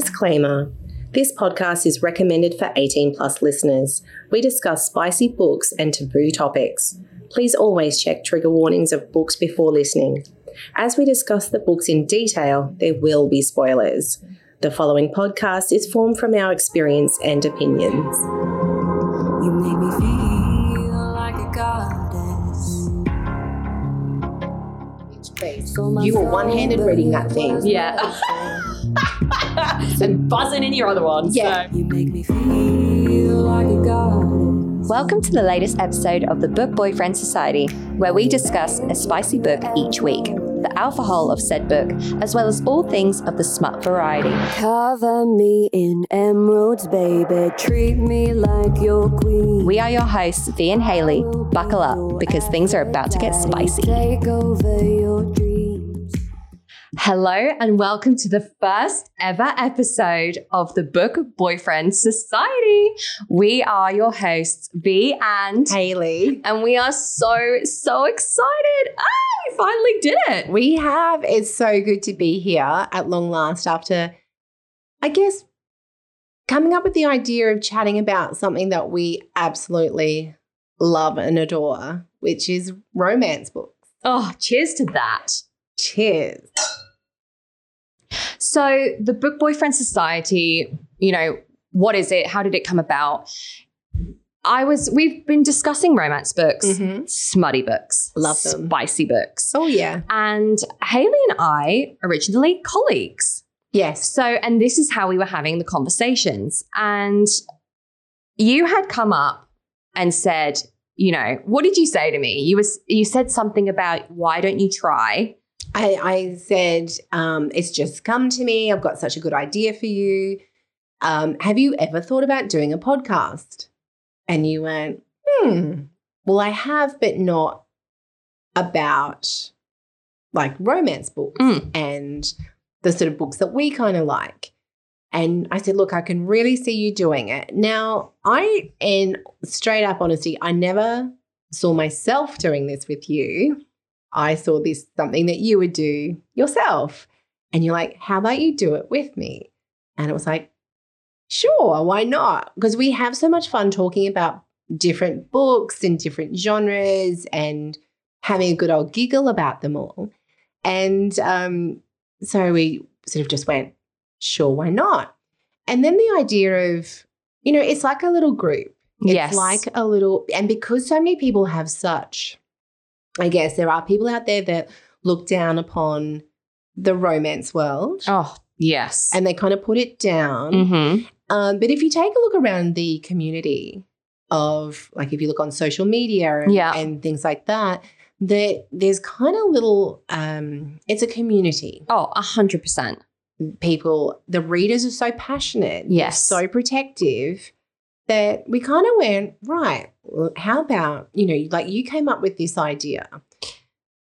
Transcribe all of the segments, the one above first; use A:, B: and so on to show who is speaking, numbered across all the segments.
A: Disclaimer This podcast is recommended for 18 plus listeners. We discuss spicy books and taboo topics. Please always check trigger warnings of books before listening. As we discuss the books in detail, there will be spoilers. The following podcast is formed from our experience and opinions.
B: You make me feel like a goddess.
A: You were one handed reading that thing.
C: Yeah. and buzzing in your other ones.
A: Yeah.
B: You make me feel like a goddess.
D: Welcome to the latest episode of the Book Boyfriend Society, where we discuss a spicy book each week, the alcohol of said book, as well as all things of the smut variety.
B: Cover me in emeralds, baby. Treat me like your queen.
D: We are your hosts, V and Haley. Buckle up because things are about to get spicy.
B: Take over your dreams.
D: Hello, and welcome to the first ever episode of the Book Boyfriend Society. We are your hosts, V and
A: Haley.
D: and we are so, so excited. Ah, we finally did it.
A: We have. It's so good to be here at long last after, I guess, coming up with the idea of chatting about something that we absolutely love and adore, which is romance books.
D: Oh, cheers to that.
A: Cheers.
D: So, the Book Boyfriend Society, you know, what is it? How did it come about? I was, we've been discussing romance books,
A: Mhm.
D: smutty books,
A: Love them.
D: spicy books.
A: Oh, yeah.
D: And Haley and I, originally colleagues.
A: Yes.
D: So, and this is how we were having the conversations. And you had come up and said, you know, what did you say to me? You was you said something about why don't you try?
A: I, I said, um, it's just come to me. I've got such a good idea for you. Um, have you ever thought about doing a podcast? And you went, hmm, well, I have, but not about like romance books
D: Mm.
A: and the sort of books that we kind of like. And I said, look, I can really see you doing it. Now, I, in straight up honesty, I never saw myself doing this with you. I saw this something that you would do yourself. And you're like, how about you do it with me? And it was like, sure, why not? Because we have so much fun talking about different books and different genres and having a good old giggle about them all. And um, so we sort of just went, sure, why not? And then the idea of, you know, it's like a little group. It's
D: yes.
A: like a little, and because so many people have such, I guess there are people out there that look down upon the romance world
D: oh, yes.
A: and they kind of put it down.
D: Mm-hmm.
A: Um, but if you take a look around the community of, like, if you look on social media and,
D: Yeah.
A: and things like that, that there's kind of little, um, it's a community.
D: Oh, a hundred percent.
A: People, the readers are so passionate
D: Yes.
A: so protective that we kind of went right well, how about you know like you came up with this idea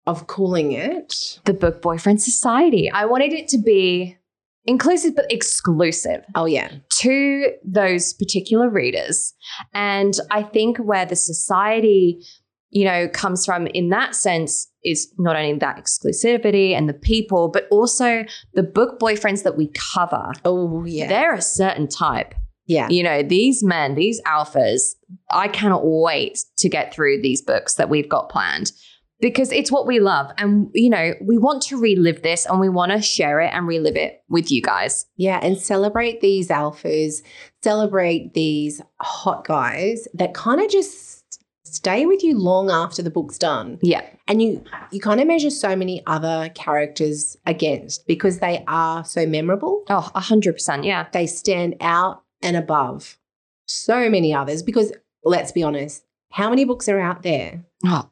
A: of calling it
D: the book boyfriend society. I wanted it to be inclusive but exclusive
A: oh yeah
D: to those particular readers. And I think where the society, you know, comes from in that sense is not only that exclusivity and the people, but also the book boyfriends that we cover.
A: oh yeah
D: They're a certain type.
A: yeah
D: You know, these men, these alphas, I cannot wait to get through these books that we've got planned because it's what we love. And, you know, we want to relive this and we want to share it and relive it with you guys.
A: yeah and celebrate these alphas celebrate these hot guys that kind of just stay with you long after the book's done
D: Yeah.
A: and you you kind of measure so many other characters against because they are so memorable
D: Oh, 100%. Yeah.
A: they stand out and above so many others because let's be honest how many books are out there
D: Oh,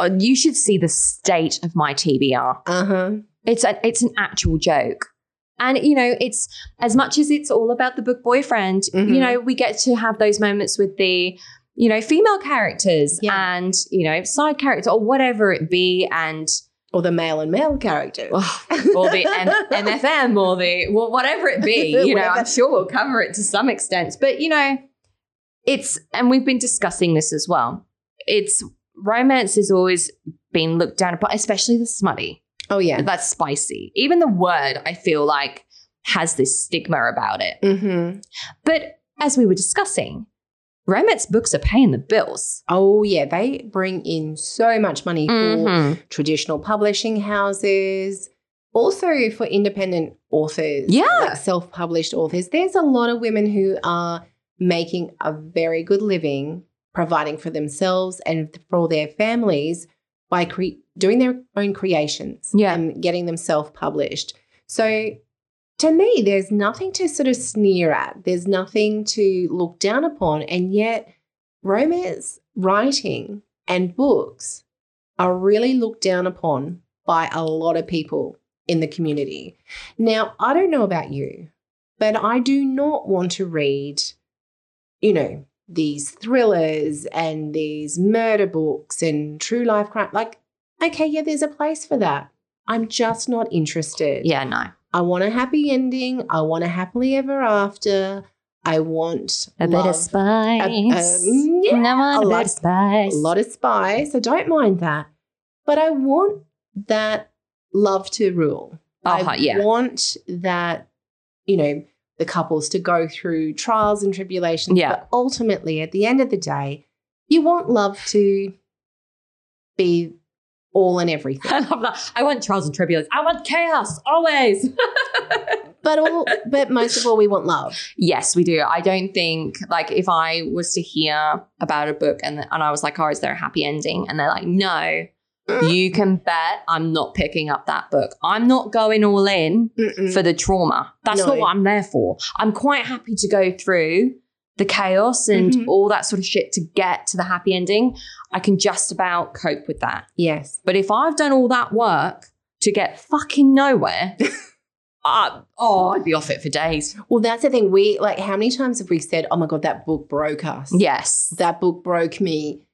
D: uh, you should see the state of my TBR.
A: uh-huh
D: It's an it's an actual joke. And you know, it's as much as it's all about the book boyfriend,
A: Mhm.
D: you know, we get to have those moments with the you know, female characters
A: Yeah.
D: and, you know, side characters or whatever it be and
A: or the male and male characters
D: oh, or the M- MFM or the well, whatever it be. You know, I'm
A: Whatever.
D: sure we'll cover it to some extent. But you know, it's and we've been discussing this as well. It's romance has always been looked down upon, especially the smutty.
A: oh yeah
D: That's spicy. Even the word, I feel like, has this stigma about it.
A: Mm-hmm.
D: But as we were discussing, romance books are paying the bills.
A: Oh, yeah. They bring in so much money
D: Mm-hmm.
A: for traditional publishing houses, also for independent authors.
D: Yeah.
A: like self published authors, there's a lot of women who are making a very good living providing for themselves and for their families by cre- doing their own creations
D: Yeah.
A: and getting them self published. So to me, there's nothing to sort of sneer at, there's nothing to look down upon. And yet, romance writing and books are really looked down upon by a lot of people in the community. Now, I don't know about you, but I do not want to read, you know, these thrillers and these murder books and true life crime. Like, okay, yeah, there's a place for that. I'm just not interested.
D: Yeah, no.
A: I want a happy ending. I want a happily ever after. I want
D: A bit
A: love,
D: of spice.
A: um, yeah,
D: Come on,
A: a
D: a, bit
A: lot-
D: of spice.
A: a lot of spice. I don't mind that. But I want that love to rule.
D: uh-huh,
A: I
D: yeah.
A: want that, you know, the couples to go through trials and tribulations.
D: Yeah.
A: But ultimately, at the end of the day, you want love to be all and everything.
C: I love that. I want trials and tribulations. I want chaos always.
A: But all but most of all, we want love.
D: Yes, we do. I don't think like if I was to hear about a book and and I was like, oh, is there a happy ending? And they're like, no. You can bet I'm not picking up that book. I'm not going all in
A: Mm-mm.
D: for the trauma. That's
A: No.
D: not what I'm there for. I'm quite happy to go through the chaos and
A: Mhm.
D: all that sort of shit to get to the happy ending. I can just about cope with that.
A: yes.
D: But if I've done all that work to get fucking nowhere, I, oh, I'd be off it for days.
A: Well, that's the thing. We like how many times have we said, "Oh my god, that book broke us."
D: Yes.
A: that book broke me.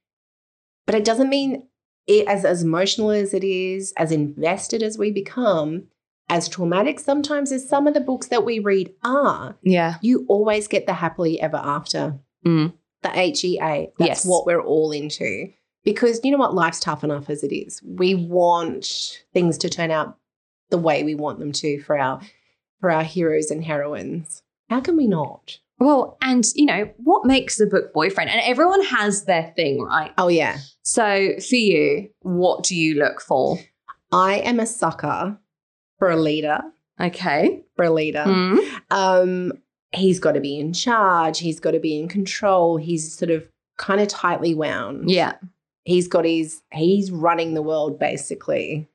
A: But it doesn't mean it, as, as emotional as it is, as invested as we become, as traumatic sometimes as some of the books that we read are,
D: Yeah.
A: you always get the happily ever after.
D: Mm.
A: The HEA. That's
D: Yes.
A: what we're all into. Because you know what? Life's tough enough as it is. We want things to turn out the way we want them to for our for our heroes and heroines. How can we not?
D: Well, and you know, what makes a book boyfriend? And everyone has their thing, right?
A: Oh yeah.
D: So for you, what do you look for?
A: I am a sucker for a leader,
D: Okay.
A: for a leader.
D: Mm.
A: Um, he's got to be in charge. He's got to be in control. He's sort of kind of tightly wound.
D: Yeah.
A: He's got his, he's running the world basically.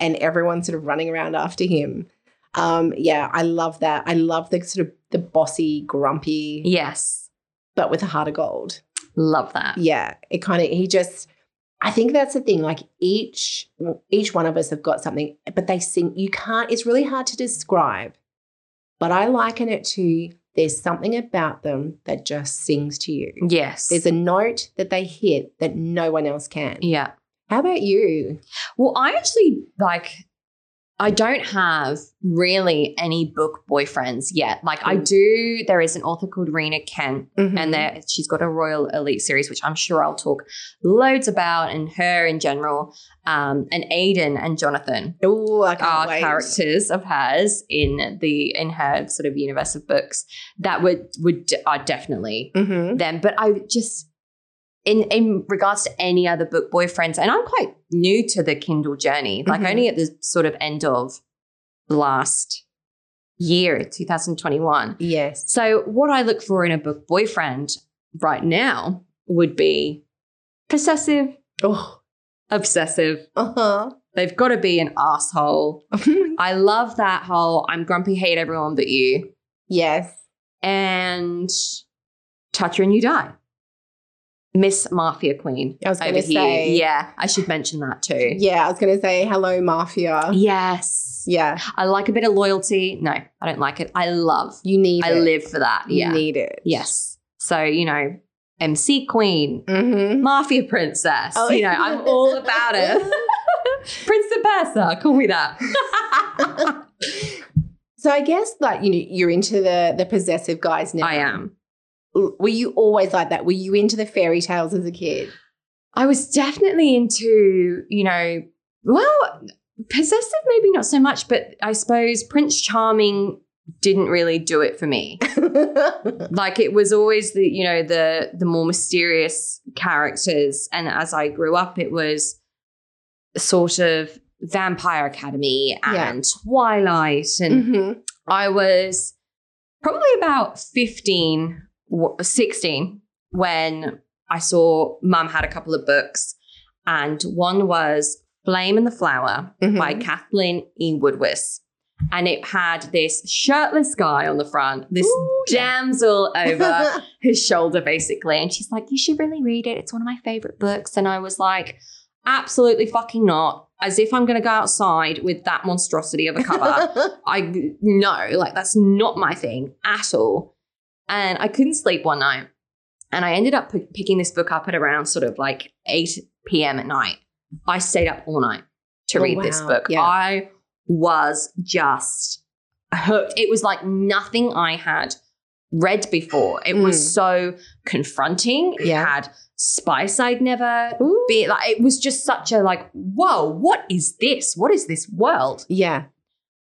A: And everyone's sort of running around after him. Um, yeah, I love that. I love the sort of the bossy, grumpy,
D: Yes.
A: but with a heart of gold.
D: Love that.
A: yeah it kind of he just i think that's the thing like each each one of us have got something but they sing you can't it's really hard to describe but i liken it to there's something about them that just sings to you
D: Yes.
A: there's a note that they hit that no one else can
D: yeah.
A: how about you
D: Well, I actually like I don't have really any book boyfriends yet. Like I
A: Mm.
D: do there is an author called Rena Kent
A: Mm-hmm.
D: and there she's got a Royal Elite series which I'm sure I'll talk loads about and her in general um and Aiden and Jonathan
A: oh i can't
D: are
A: wait
D: characters of hers in the in her sort of universe of books that would would are definitely
A: Mhm.
D: them. But I just in in regards to any other book boyfriends, and I'm quite new to the Kindle journey, like
A: Mhm.
D: only at the sort of end of last year, 2021.
A: yes
D: So what I look for in a book boyfriend right now would be possessive,
A: oh
D: obsessive.
A: uh-huh
D: They've got to be an asshole. I love that whole I'm grumpy, hate everyone but you,
A: yes
D: and touch her and you die. Miss Mafia Queen.
A: i was
D: over
A: gonna
D: here.
A: say
D: Yeah, I should mention that too.
A: yeah i was gonna say hello mafia
D: Yes.
A: yeah
D: I like a bit of loyalty. No, I don't like it. I love.
A: you need
D: I
A: it.
D: live for that.
A: you
D: Yeah.
A: need it
D: yes. So, you know, MC Queen,
A: Mm-hmm.
D: Mafia Princess.
A: Oh,
D: you know, I'm all about it. Prince the Persa, call me that.
A: So I guess like you know you're into the the possessive guys now.
D: I am.
A: L- Were you always like that? Were you into the fairy tales as a kid?
D: I was definitely into, you know, well, possessive maybe not so much, but I suppose Prince Charming didn't really do it for me. like it was always the you know the the more mysterious characters and as i grew up it was sort of vampire academy
A: Yeah.
D: and twilight and
A: Mhm.
D: i was probably about 15 w- 16 when i saw mum had a couple of books and one was flame and the flower
A: Mhm.
D: by Kathleen E. Woodwiss. And it had this shirtless guy on the front, this damsel over his shoulder, basically. And she's like, You should really read it. It's one of my favorite books. And I was like, Absolutely fucking not. As if I'm going to go outside with that monstrosity of a cover. I, no, like, that's not my thing at all. And I couldn't sleep one night. And I ended up p- picking this book up at around sort of like 8 p.m. at night. I stayed up all night to
A: Oh,
D: read this
A: wow.
D: book.
A: Yeah.
D: I was just hooked. It was like nothing I had read before. It
A: Mm.
D: was so confronting. It
A: Yeah.
D: had spice I'd never
A: Ooh.
D: be like it was just such a like, whoa, what is this? What is this world?
A: yeah.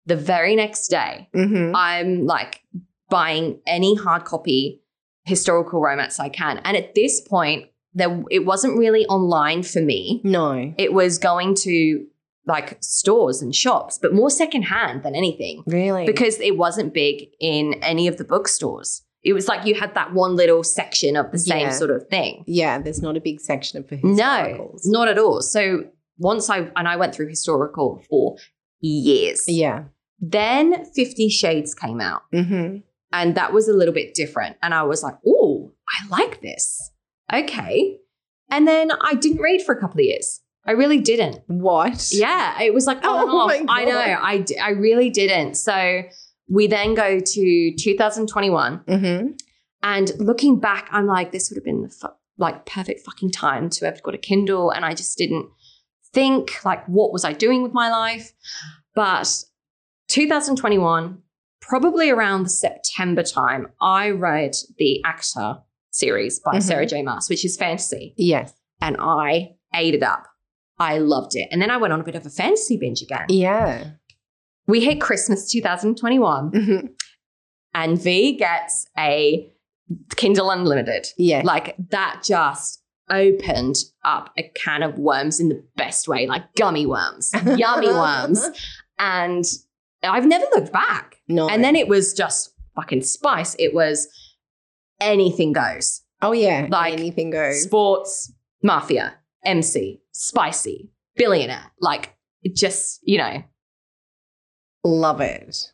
D: The very next day,
A: Mm-hmm.
D: I'm like buying any hard copy historical romance I can. And at this point, there it wasn't really online for
A: Mm-hmm.
D: me.
A: No.
D: It was going to like stores and shops, but more secondhand than anything
A: Really?
D: because it wasn't big in any of the bookstores. It was like you had that one little section of the same
A: Yeah.
D: sort of thing.
A: yeah, there's not a big section of for
D: No,
A: historicals.
D: not at all. So once I and I went through historical for years.
A: Yeah.
D: Then Fifty Shades came out,
A: Mm-hmm.
D: and that was a little bit different. And I was like, "Oh, I like this. Okay." And then I didn't read for a couple of years. I really didn't.
A: What?
D: Yeah, it was like on
A: Oh
D: and off.
A: my
D: I know.
A: God.
D: I d- I really didn't. So we then go to 2021,
A: Mm-hmm.
D: and looking back, I'm like, this would have been the fu- like perfect fucking time to have got a Kindle, and I just didn't think like what was I doing with my life. But 2021, probably around the September time, I read the Actor series by
A: Mhm.
D: Sarah J. Maas, which is fantasy
A: Yes.
D: and I ate it up. I loved it. And then I went on a bit of a fantasy binge again.
A: Yeah.
D: We hit Christmas 2021
A: Mm-hmm.
D: and V gets a Kindle Unlimited.
A: Yeah.
D: Like that just opened up a can of worms in the best way, like gummy worms, yummy worms. And I've never looked back.
A: no.
D: And then it was just fucking spice. It was anything goes.
A: oh yeah,
D: like,
A: anything goes.
D: sports, mafia, MC, spicy, billionaire. Like, it just, you know,
A: Love it.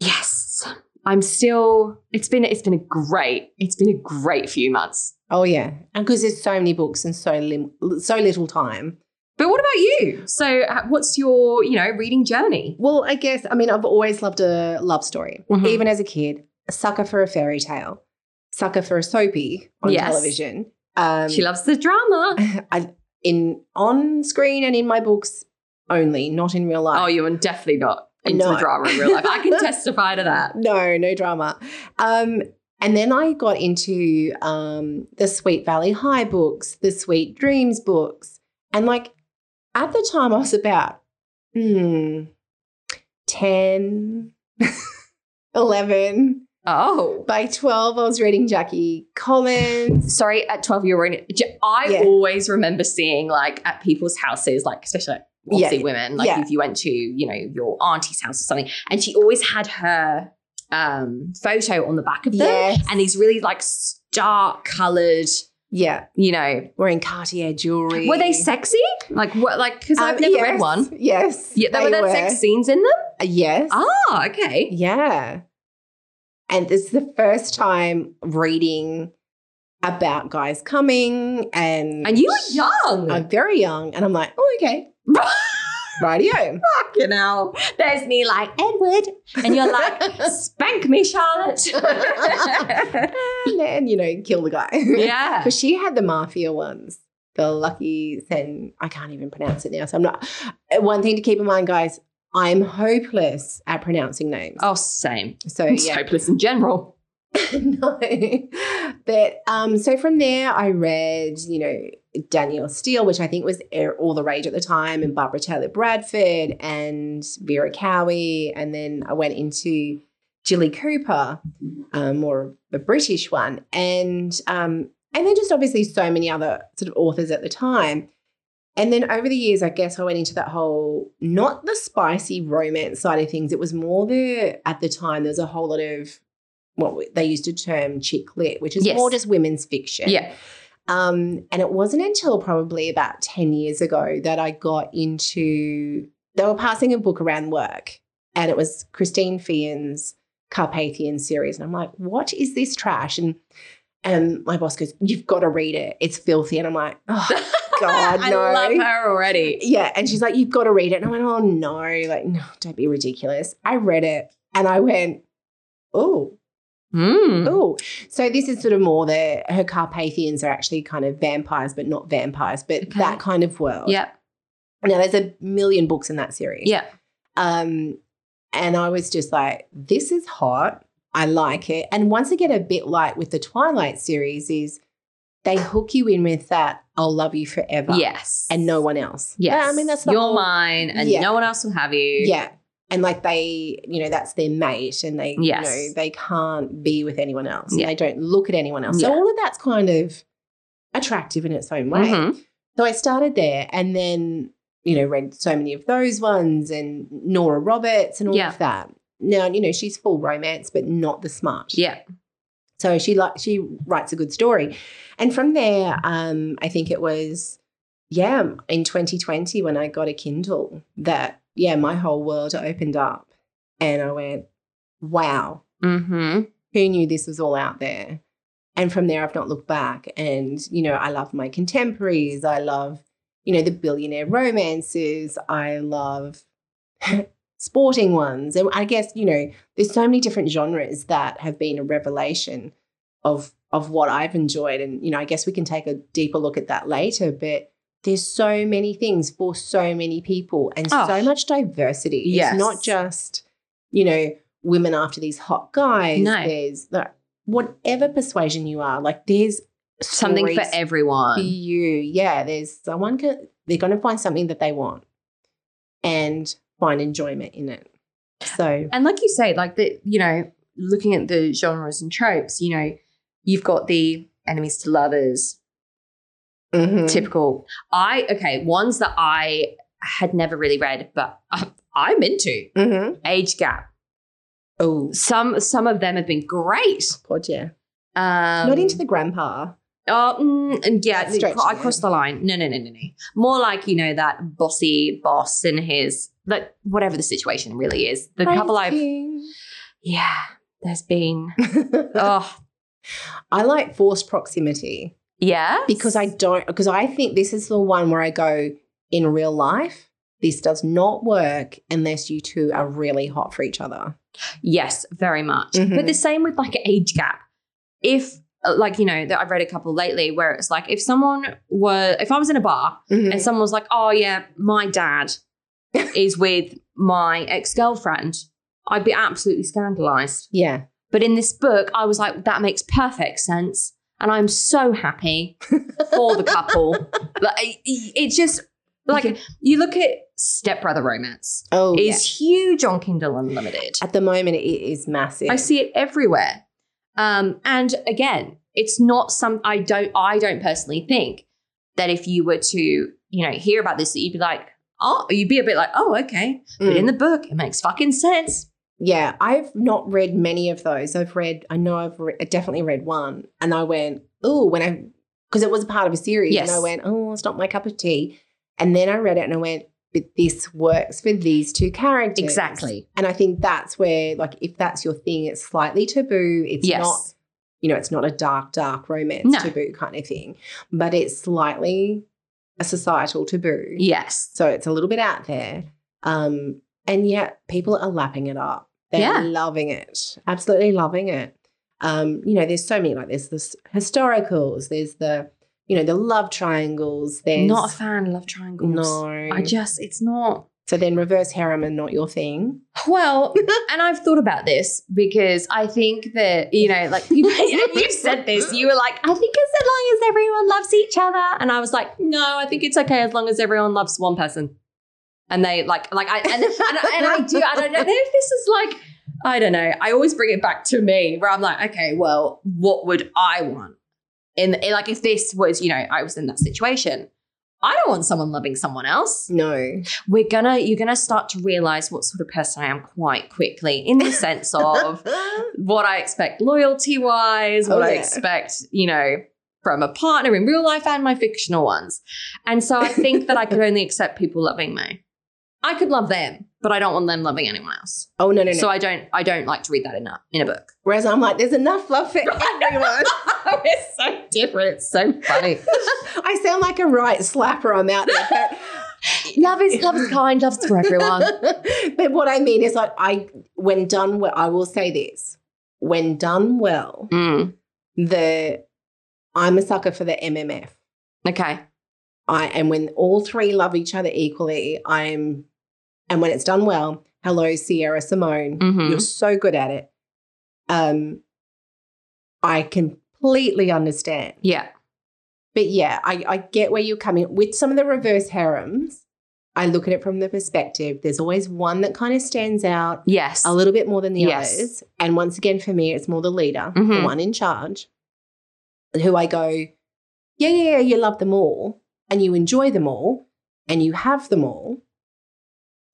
D: yes. I'm still, it's been, it's been a great, it's been a great few months.
A: Oh yeah, and because there's so many books and so lim- so little time.
D: But what about you? So, uh, what's your, you know, reading journey?
A: Well, I guess I mean I've always loved a love story,
D: Mhm.
A: even as a kid. A sucker for a fairy tale, sucker for a soapy on
D: Yes.
A: television. Um,
D: she loves the drama.
A: I, in on screen and in my books only, not in real life.
D: Oh, you're definitely not into
A: No.
D: the drama in real life. I can testify to that.
A: No, no drama. Um, and then I got into um, the Sweet Valley High books, the Sweet Dreams books. And like at the time, I was about hmm, 10, 11.
D: Oh.
A: By 12, I was reading Jackie Collins.
D: Sorry, at 12 you were in I
A: Yeah.
D: always remember seeing like at people's houses, like especially like obviously
A: Yeah.
D: women, like
A: Yeah.
D: if you went to, you know, your auntie's house or something, and she always had her um photo on the back of them
A: Yes.
D: and these really like stark colored,
A: Yeah,
D: you know.
A: wearing Cartier jewelry.
D: Were they sexy? Like what like because
A: Um,
D: I've never read
A: yes,
D: one.
A: Yes.
D: Yeah, there were there sex scenes in them?
A: Yes.
D: Oh, okay.
A: Yeah. And it's the first time reading about guys coming and
D: And you were young.
A: I'm very young and I'm like, oh, okay. Radio.
D: you know, there's me like Edward, and you're like, spank me, Charlotte.
A: and then, you know, kill the guy.
D: yeah.
A: But she had the mafia ones. The lucky Sen, I can't even pronounce it now. So I'm not. uh, One thing to keep in mind, guys, I'm hopeless at pronouncing names.
D: Oh, same.
A: so
D: It's
A: yeah,
D: hopeless in general.
A: no. But um, so from there, I read, you know, Danielle Steele, which I think was air- all the rage at the time, and Barbara Taylor Bradford and Vera Cowie. And then I went into Jilly Cooper, um, or a British one, and um, and then just obviously so many other sort of authors at the time. And then over the years, I guess I went into that whole not the spicy romance side of things. It was more the at the time there was a whole lot of what they used to term chick lit, which is
D: Yes.
A: more just women's fiction.
D: Yeah.
A: Um, and it wasn't until probably about 10 years ago that I got into, they were passing a book around work and it was Christine Fian's Carpathian series. And I'm like, what is this trash? And and my boss goes, you've got to read it. It's filthy. And I'm like, oh, God,
D: I
A: no.
D: love her already.
A: Yeah. And she's like, you've got to read it. And I went, oh, no, like, no, don't be ridiculous. I read it and I went, oh,
D: Mm.
A: Oh, so this is sort of more the her Carpathians are actually kind of vampires, but not vampires, but
D: Okay.
A: that kind of world.
D: Yeah.
A: Now there's a million books in that series.
D: Yeah.
A: Um, and I was just like, this is hot. I like it. And once again, a bit like with the Twilight series, is they hook you in with that "I'll love you forever"
D: Yes.
A: and no one else.
D: Yes.
A: I mean that's the
D: You're
A: whole-
D: mine and
A: Yeah.
D: no one else will have you.
A: yeah. And like they, you know, that's their mate and they,
D: Yes.
A: you know, they can't be with anyone else. and
D: Yeah.
A: They don't look at anyone else. So
D: Yeah.
A: all of that's kind of attractive in its own way.
D: Mhm.
A: So I started there and then, you know, read so many of those ones and Nora Roberts and all
D: Yeah.
A: of that. Now, you know, she's full romance, but not the smart.
D: Yeah.
A: So she like she writes a good story, and from there, um, I think it was yeah in 2020 when I got a Kindle that yeah my whole world opened up, and I went wow
D: Mm-hmm.
A: who knew this was all out there, and from there I've not looked back, and you know I love my contemporaries, I love you know the billionaire romances, I love sporting ones, and I guess you know there's so many different genres that have been a revelation of of what I've enjoyed and you know I guess we can take a deeper look at that later but there's so many things for so many people and
D: Oh.
A: so much diversity
D: Yes.
A: it's not just you know women after these hot guys
D: No.
A: there's like, whatever persuasion you are like there's
D: Something for
A: stories for
D: everyone.
A: you yeah there's someone can, they're going to find something that they want and find enjoyment in it so
D: And like you say, like the, you know, looking at the genres and tropes, you know, you've got the enemies to lovers,
A: mhm.
D: typical. I, okay, ones that I had never really read, but I, I'm into
A: Mhm.
D: age gap.
A: oh
D: Some some of them have been great.
A: god yeah
D: Um,
A: not into the grandpa
D: Oh, mm, and yeah,
A: That's stretching
D: I
A: it.
D: crossed the line. No, no, no, no, no. More like you know that bossy boss and his like whatever the situation really is. The
A: Right
D: cover life.
A: thing.
D: Yeah, there's been oh
A: I like forced proximity
D: yeah
A: because I don't because I think this is the one where I go in real life. This does not work unless you two are really hot for each other.
D: yes very much.
A: Mhm.
D: But the same with like age gap. If uh, like you know that I've read a couple lately where it's like if someone were if I was in a bar
A: Mm-hmm.
D: and someone was like oh yeah my dad is with my ex girlfriend I'd be absolutely scandalized.
A: Yeah.
D: But in this book, I was like, that makes perfect sense. And I'm so happy for the couple. like, it- it's just like
A: Yeah.
D: you look at Stepbrother Romance
A: Oh, yeah.
D: is huge on Kindle Unlimited.
A: at the moment it is massive.
D: I see it everywhere. Um, and again, it's not some I don't I don't personally think that if you were to, you know, hear about this, that you'd be like, oh, you'd be a bit like, oh, okay. But
A: Mm.
D: in the book, it makes fucking sense.
A: Yeah, I've not read many of those. I've read, I know I've re- I definitely read one, and I went, oh, when I, because it was a part of a series,
D: Yes.
A: and I went, oh, it's not my cup of tea. And then I read it and I went, but this works for these two characters.
D: Exactly.
A: And I think that's where, like, if that's your thing, it's slightly taboo. It's
D: Yes.
A: not, you know, it's not a dark, dark romance
D: No.
A: taboo kind of thing, but it's slightly a societal taboo.
D: yes.
A: So it's a little bit out there. Um, and yet people are lapping it up. They're
D: Yeah.
A: loving it. Absolutely loving it. Um, you know, there's so many like there's this historicals, there's the, you know, the love triangles, there's
D: Not a fan of love triangles.
A: no.
D: I just, it's not.
A: so then reverse harem and not your thing.
D: Well, and I've thought about this because I think that, you know, like you, you said this, you were like, I think as long as everyone loves each other. And I was like, no, I think it's okay as long as everyone loves one person. And they like, like I, and, and, and I do, I don't know if this is like I don't know. I always bring it back to me where I'm like, okay, well, what would I want? And like, if this was, you know, I was in that situation, I don't want someone loving someone else.
A: No.
D: We're gonna, you're gonna start to realize what sort of person I am quite quickly in the sense of what I expect loyalty wise,
A: Oh,
D: what I
A: yeah.
D: expect, you know, from a partner in real life and my fictional ones. And so I think that I could only accept people loving me. I could love them, but I don't want them loving anyone else.
A: oh no, no, no.
D: So I don't I don't like to read that in a in a book.
A: Whereas I'm like, there's enough love for everyone.
D: it's so different. It's so funny.
A: I sound like a right slapper. I'm out there. but-
D: love is love is kind. Love's for everyone.
A: but what I mean is like I when done well, I will say this. When done well,
D: Mm,
A: the I'm a sucker for the MMF.
D: okay.
A: I and when all three love each other equally, I'm and when it's done well, hello Sierra Simone,
D: Mhm.
A: you're so good at it. Um I completely understand.
D: Yeah.
A: But yeah, I, I get where you're coming with some of the reverse harems. I look at it from the perspective. There's always one that kind of stands out
D: Yes.
A: a little bit more than the
D: Yes.
A: others. And once again, for me, it's more the leader, the
D: Mhm.
A: one in charge, who I go, yeah, yeah, yeah, you love them all and you enjoy them all and you have them all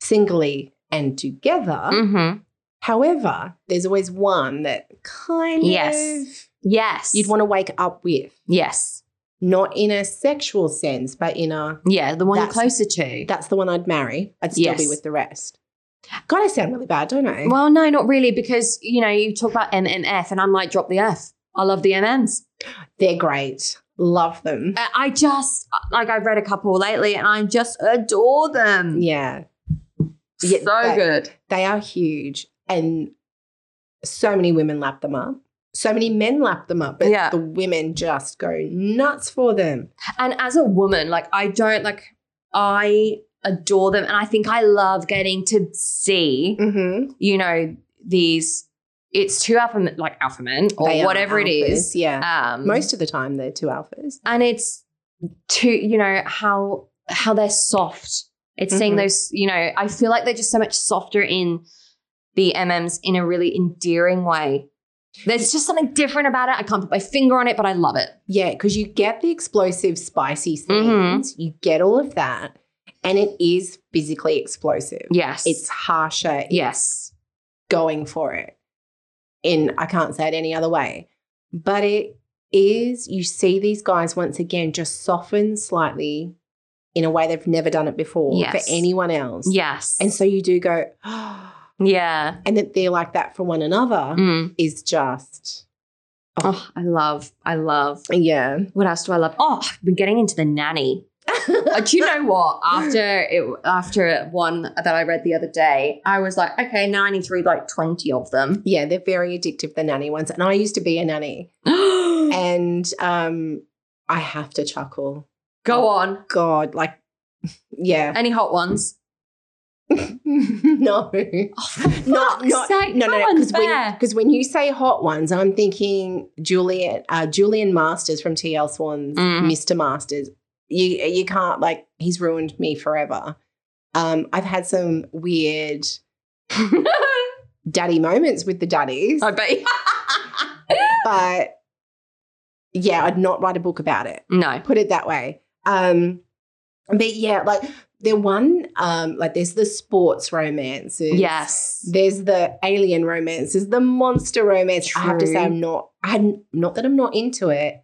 A: singly and together.
D: hmm
A: However, there's always one that kind
D: Yes.
A: of
D: Yes.
A: you'd want to wake up with,
D: Yes.
A: not in a sexual sense, but in a
D: Yeah. The one
A: That's-
D: you're closer to.
A: that's the one I'd marry. I'd still be
D: Yes.
A: with the rest. God, I sound really bad, don't I?
D: well, no, not really, because you know you talk about MMF, and I'm like, drop the F. I love the MMs.
A: They're great. Love them.
D: I- I just like I've read a couple lately, and I just adore them.
A: Yeah.
D: So
A: Yeah, that-
D: good.
A: They are huge. And so many women lap them up. So many men lap them up, but
D: Yeah.
A: the women just go nuts for them.
D: And as a woman, like I don't like I adore them and I think I love getting to see,
A: Mm-hmm.
D: you know, these it's two alpha men- like alpha men or whatever it is.
A: Yeah.
D: Um
A: Most of the time, they're two alphas.
D: and it's to you know how how they're soft. It's seeing
A: Mhm.
D: those, you know, I feel like they're just so much softer in the MMs in a really endearing way. There's just something different about it. I can't put my finger on it, but I love it.
A: Yeah, because you get the explosive, spicy
D: Mhm.
A: things, you get all of that, and it is physically explosive.
D: Yes.
A: It's harsher, it's
D: yes.
A: going for it. In I can't say it any other way, but it is. You see these guys once again just soften slightly in a way they've never done it before
D: Yes.
A: for anyone else.
D: Yes.
A: and so you do go, oh,
D: yeah.
A: and that they're like that for one another
D: Mm.
A: is just
D: Oh, I love, I love.
A: yeah.
D: What else do I love? Oh, I've been getting into the nanny. Uh, do you know what? After it, after one that I read the other day, I was like, okay, now I need to read like twenty of them.
A: Yeah, they're very addictive, the nanny ones. And I used to be a nanny.
D: Go
A: And um, I have to chuckle.
D: on.
A: God, like, yeah.
D: Any hot ones?
A: no. Not,
D: Oh, fuck's
A: not,
D: sake,
A: no, no,
D: come
A: no.
D: on,
A: Because when,
D: fair.
A: 'cause when you say hot ones, I'm thinking Julian, uh, Julian Masters from TL Swan's
D: Mm.
A: Mr. Masters. You, you can't, like, he's ruined me forever. Um, I've had some weird
D: I
A: daddy moments with the daddies.
D: bet. you-
A: but yeah, I'd not write a book about it.
D: no.
A: Put it that way. Um, but yeah, like the one, um, like there's the sports romances.
D: Yes.
A: There's the alien romances, the monster romance. I have to say,
D: True.
A: I'm not. I not that I'm not into it.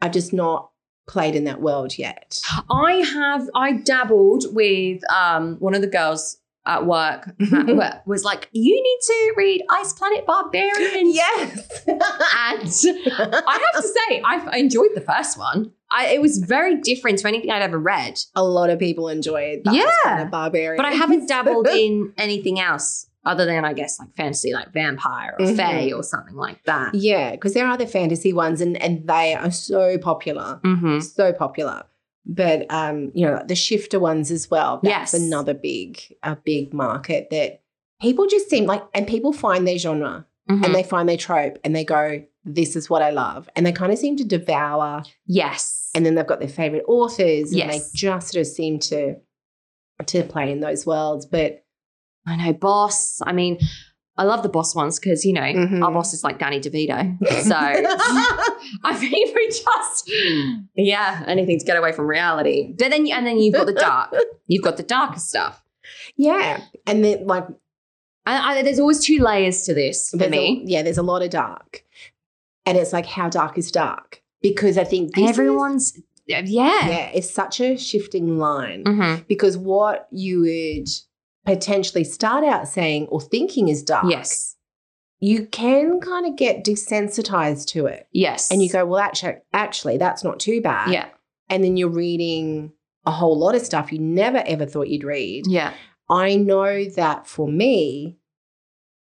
A: I've just not played in that world yet.
D: I have. I dabbled with um one of the girls at work. That was like, you need to read Ice Planet Barbarian.
A: Yes.
D: And I have to say, I enjoyed the first one. I, it was very different to anything I'd ever read,
A: a lot of people enjoy that.
D: Yeah.
A: kind of barbarian.
D: but I haven't dabbled in anything else other than, I guess, like fantasy, like vampire or
A: Mhm.
D: fae or something like that.
A: Yeah, because there are the fantasy ones, and and they are so popular.
D: Mm-hmm.
A: so popular. But um, you know, the shifter ones as well. That's
D: Yes.
A: another big, a big market that people just seem like, and people find their genre
D: Mm.
A: and they find their trope and they go, "This is what I love," and they kind of seem to devour.
D: yes.
A: And then they've got their favorite authors, and
D: Yes.
A: they just sort of seem to to play in those worlds. But
D: I know, boss. I mean, I love the boss ones because, you know,
A: Mhm.
D: our boss is like Danny DeVito. So I mean, we just, yeah, anything to get away from reality. But then, and then you've got the dark, you've got the darker stuff.
A: yeah. And then, like,
D: And I, there's always two layers to this for
A: there's
D: me.
A: A, yeah, there's a lot of dark. And it's like, how dark is dark? Because I think this is-
D: Everyone's, yeah.
A: yeah, it's such a shifting line.
D: Mhm.
A: Because what you would potentially start out saying or thinking is dark,
D: Yes.
A: you can kind of get desensitized to it.
D: Yes.
A: And you go, well, actually, actually, that's not too bad.
D: yeah,
A: And then you're reading a whole lot of stuff you never ever thought you'd read.
D: yeah,
A: I know that for me,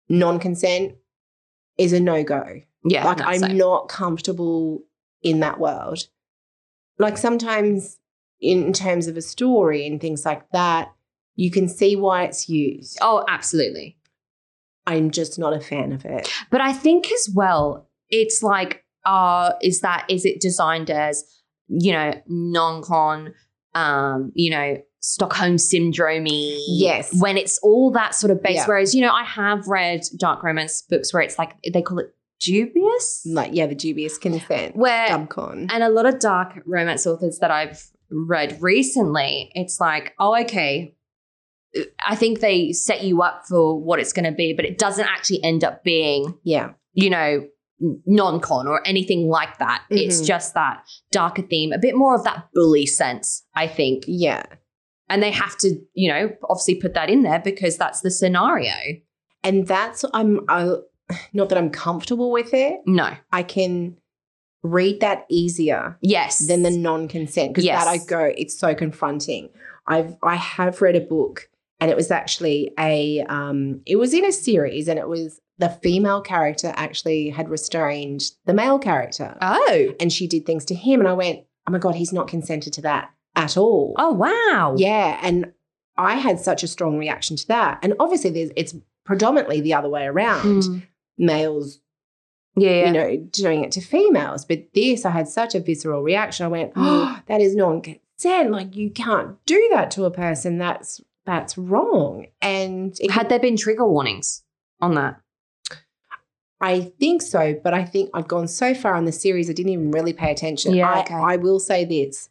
A: non consent is a no go.
D: yeah.
A: Like,
D: no,
A: I'm
D: same.
A: not comfortable in that world. Like, sometimes in terms of a story and things like that, you can see why it's used.
D: Oh, absolutely.
A: I'm just not a fan of it.
D: But I think as well, it's like, uh, is that is it designed as, you know, non-con, um, you know, Stockholm syndrome
A: Yes.
D: When it's all that sort of base.
A: Yeah.
D: Whereas, you know, I have read dark romance books where it's like they call it dubious.
A: Like, yeah, the dubious consent,
D: Where
A: dubcon.
D: and a lot of dark romance authors that I've read recently, it's like, oh, okay. I think they set you up for what it's going to be, but it doesn't actually end up being
A: Yeah.
D: you know, non con or anything like that. It's
A: Mhm.
D: just that darker theme, a bit more of that bully sense, I think.
A: Yeah.
D: And they have to, you know, obviously put that in there because that's the scenario.
A: And that's, I'm, I, not that I'm comfortable with it.
D: No.
A: I can read that easier
D: Yes.
A: than the non-consent because
D: Yes.
A: that I go it's so confronting. I've I have read a book and it was actually a um it was in a series and it was the female character actually had restrained the male character
D: Oh.
A: and she did things to him and I went oh my god he's not consented to that at all.
D: Oh, wow.
A: Yeah, and I had such a strong reaction to that. And obviously there's it's predominantly the other way around.
D: Mm.
A: Males
D: Yeah. yeah.
A: you know, doing it to females. But this, I had such a visceral reaction. I went, "Oh, that is non-consent. Like you can't do that to a person. That's that's wrong." And it,
D: Had there been trigger warnings on that?
A: I think so, but I think I've gone so far on the series, I didn't even really pay attention.
D: Yeah,
A: I,
D: okay.
A: I will say this: